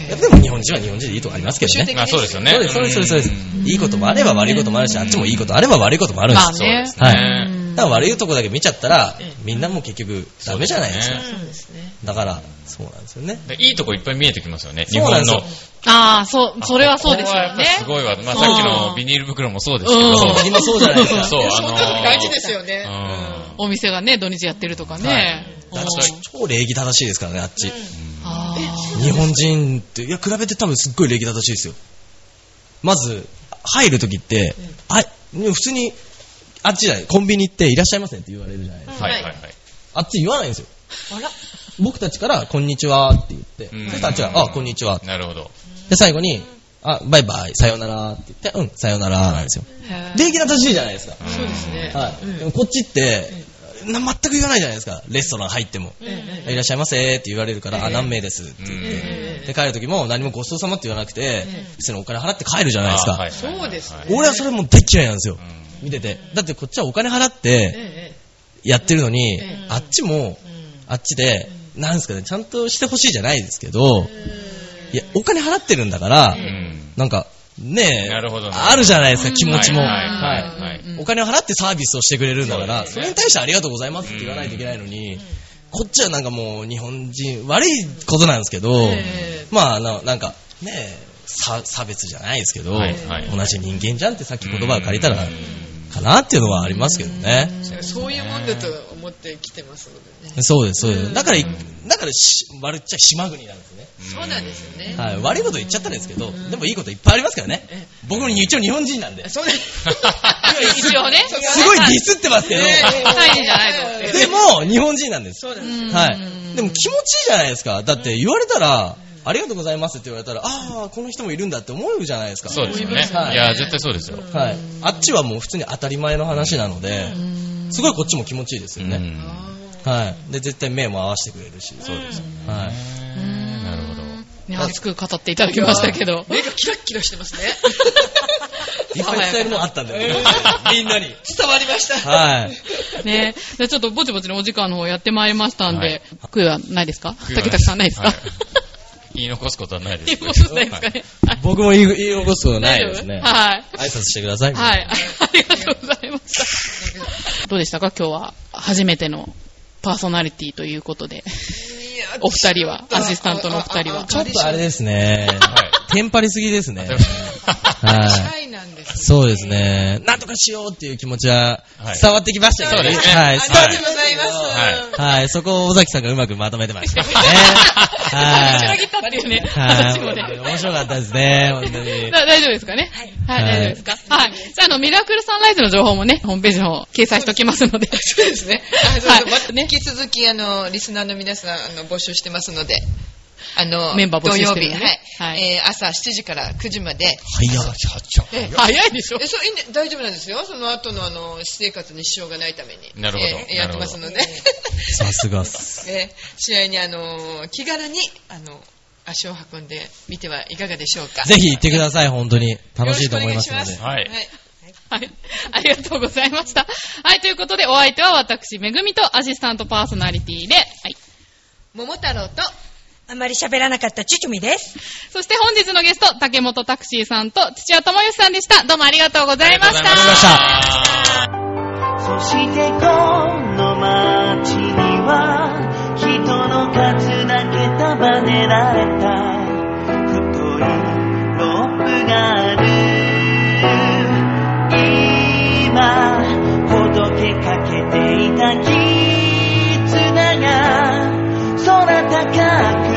Speaker 5: やっぱでも日本人は日本人でいいとこありますけどね。
Speaker 6: まあそうですよね。
Speaker 5: そうです、そうです、そうです
Speaker 6: ん。
Speaker 5: いいこともあれば悪いこともあるし、あっちもいいことあれば悪いこともあるんで
Speaker 2: まあ
Speaker 5: すよ。
Speaker 2: ね。
Speaker 5: は
Speaker 6: ね
Speaker 2: うん
Speaker 5: い。だから悪いとこだけ見ちゃったら、みんなも結局ダメじゃないですか。
Speaker 6: そう
Speaker 3: そうですね。
Speaker 5: だから、そうなんですよね。
Speaker 6: でいいとこいっぱい見えてきますよね。日
Speaker 5: そう
Speaker 6: 本
Speaker 5: なんですよ
Speaker 6: の。
Speaker 2: ああ、そう、それはそうですよね。
Speaker 6: ここはやっぱすごいわ。まあさっきのビニール袋もそうですけ
Speaker 2: うん
Speaker 6: ど。
Speaker 5: そうみんなそうじゃないですか。
Speaker 6: そう、あ
Speaker 3: そ
Speaker 6: の
Speaker 3: ん
Speaker 6: ー
Speaker 3: なの大事ですよ
Speaker 6: う
Speaker 3: ね。
Speaker 6: ん
Speaker 2: お店がね、土日やってるとかね。
Speaker 5: だ
Speaker 2: う
Speaker 5: か
Speaker 2: ん
Speaker 5: ら超礼儀正しいですからね、あっち。
Speaker 2: あー
Speaker 5: 日本人って、いや、比べて多分すっごい礼儀正しいですよ。まず、入るときって、あ、普通に、あっちじゃない、コンビニ行っていらっしゃいませんって言われるじゃないですか。
Speaker 6: はいはいはい。
Speaker 5: あっち言わないんですよ。
Speaker 8: あら
Speaker 5: 僕たちから、こんにちはって言って、
Speaker 6: うん
Speaker 5: そしたらあっちは、あ、こんにちはって。
Speaker 6: なるほど。
Speaker 5: で、最後に、あ、バイバイ、さよならって言って、うん、さよならなんですよ。
Speaker 2: へー
Speaker 5: 礼儀正しいじゃないですか。
Speaker 3: そうですね。
Speaker 5: はい。
Speaker 3: うん
Speaker 5: でもこっちって、な全く言わないじゃないですか。レストラン入っても。
Speaker 3: うんうん
Speaker 5: いらっしゃいませって言われるから、あ、何名ですって言っ
Speaker 3: え
Speaker 5: て。で、帰る時も何もごちそうさまって言わなくて、普通にお金払って帰るじゃないです
Speaker 6: あは
Speaker 5: か
Speaker 6: い。はいはい
Speaker 3: そうですね
Speaker 6: はい
Speaker 5: 俺はそれもう大っ嫌いなんですよ
Speaker 6: う。ん
Speaker 5: 見てて。だってこっちはお金払って
Speaker 3: え
Speaker 5: やってるのに
Speaker 3: え、
Speaker 5: あっちも
Speaker 3: え、うん
Speaker 5: あっちで、なんですかね、ちゃんとしてほしいじゃないですけど、いや、お金払ってるんだから、
Speaker 6: うん
Speaker 5: なんか、ねえ、
Speaker 6: なるほどな
Speaker 5: あるじゃないですか、気持ちも。
Speaker 6: はい
Speaker 5: は
Speaker 6: はいいはいはい。
Speaker 5: お金を払ってサービスをしてくれるんだから、
Speaker 6: そ
Speaker 5: そ
Speaker 6: です
Speaker 5: う
Speaker 6: ね
Speaker 5: れに対してありがとうございますって言わないといけないのに、こっちはなんかもう日本人、悪いことなんですけど、
Speaker 3: え
Speaker 5: まあ、ななんか、ねえ、さ差別じゃないですけど、
Speaker 6: はいはい
Speaker 5: 同じ人間じゃんってさっき言葉を借りたら、かなっていうのはありますけどね。
Speaker 3: えそういうもんだと思ってきてますのでね。
Speaker 5: そうです、そうです。だから、だからし、悪っちゃ島国なんですね。
Speaker 3: そうなんですよね。
Speaker 5: はい、悪いこと言っちゃったんですけど、でもいいこといっぱいありますからね。僕も一応日本人なんで。す
Speaker 3: そうです。
Speaker 2: 一応ね。
Speaker 5: ごいディスってますけど、
Speaker 2: タイ人じゃないぞって
Speaker 5: でも日本人なんです。
Speaker 3: そうなんです。
Speaker 5: はい。でも気持ちいいじゃないですか。だって言われたら、ありがとうございますって言われたら、ああ、この人もいるんだって思うじゃないですか。
Speaker 6: そうですよね。
Speaker 5: はい
Speaker 6: いや、絶対そうですよ。
Speaker 5: はい。あっちはもう普通に当たり前の話なので、すごいこっちも気持ちいいですよ
Speaker 6: う
Speaker 5: ね。
Speaker 6: ん
Speaker 5: はい。で、絶対目も合わせてくれるし。そうです。はい。
Speaker 6: なるほど。
Speaker 2: ね、熱く語っていただきました けど。
Speaker 3: 目がキラッキラしてますね。
Speaker 5: いっぱい伝えるもんあったんで、 みんなに。
Speaker 3: 伝わりました。
Speaker 5: はい。
Speaker 2: ね。じゃあちょっとぼちぼちのお時間の方やってまいりましたん
Speaker 6: は
Speaker 2: で
Speaker 6: い、
Speaker 2: 悔いはないですか
Speaker 6: 悔いはない
Speaker 2: 竹田さんないですか
Speaker 6: はい言い残すことはないです
Speaker 2: 言うことないです かね。はい
Speaker 5: 僕も言い言い起こすことな
Speaker 2: 大
Speaker 5: い
Speaker 2: 丈夫
Speaker 5: ですね。
Speaker 2: はい。
Speaker 5: 挨拶してください。
Speaker 2: はい。ありがとうございました。どうでしたか今日は初めてのパーソナリティということで。
Speaker 3: いや
Speaker 2: お二人はアシスタントのお二人は
Speaker 5: ちょっとあれですね。テンパりすぎですね。
Speaker 6: はい。
Speaker 5: はい。
Speaker 3: シャイなんです。
Speaker 5: そうですね。なんとかしようっていう気持ちは
Speaker 6: はい
Speaker 5: 伝わってきましたけど
Speaker 6: そうですね
Speaker 5: はい、
Speaker 3: あ
Speaker 5: 伝
Speaker 3: りが
Speaker 5: わっ
Speaker 3: と
Speaker 5: て
Speaker 3: うございます。
Speaker 6: は
Speaker 5: はい、そこを尾崎さんがうまくまとめてましたね。
Speaker 2: ちら
Speaker 5: は
Speaker 2: ぎ
Speaker 5: い。
Speaker 2: ったっていうね、
Speaker 5: は
Speaker 2: 私もね
Speaker 5: い。。面白かったですね、本当に。
Speaker 2: だ大丈夫ですかねはい、
Speaker 5: はい
Speaker 2: 大丈夫ですかはい。じゃあ、あの、ミラクルサンライズの情報もね、ホームページの方、掲載しておきますので。そうですね。
Speaker 3: あそうそうま
Speaker 2: は
Speaker 3: た
Speaker 2: い。ね
Speaker 3: 引。き続き、あの、リスナーの皆さん、あの、募集してますので、あの、
Speaker 2: メンバー募集してる
Speaker 3: 土
Speaker 2: ね
Speaker 3: 曜日、はい。
Speaker 2: はい
Speaker 3: えー朝7時から9時まで。
Speaker 5: 早い。
Speaker 3: え
Speaker 2: 早いでしょ
Speaker 3: えそういいんで大丈夫なんですよ。その後の、あの、私生活に支障がないために。
Speaker 6: なるほど
Speaker 3: えーやってますので、
Speaker 5: さすがっす。
Speaker 3: えー試合に、あの、気軽に、あの、足を運んでみてはいかがでしょうか。
Speaker 5: ぜひ行ってください、本当に。楽しいと思いますの
Speaker 3: よろし
Speaker 5: で
Speaker 3: くお。
Speaker 6: は
Speaker 3: 願い
Speaker 6: い
Speaker 3: しま。す
Speaker 2: はい。ありがとうございました。はい、ということで、お相手は私、めぐみとアシスタントパーソナリティで、はい。
Speaker 3: 桃太郎と、
Speaker 8: あんまり喋らなかったチュチュミです。
Speaker 2: そして本日のゲスト、竹本タクシーさんと土屋智義さんでした。どうもありがとうございました。
Speaker 6: ありがとうございました。
Speaker 4: そしてこの街には人の数だけ束ねられた太いロープがある今ほどけかけていた絆が空高く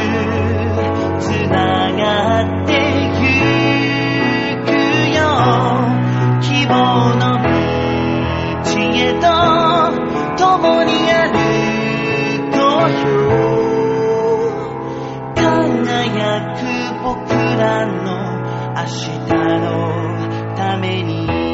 Speaker 4: つながってゆくよ希望の道共に歩こうよ輝く僕らの明日のために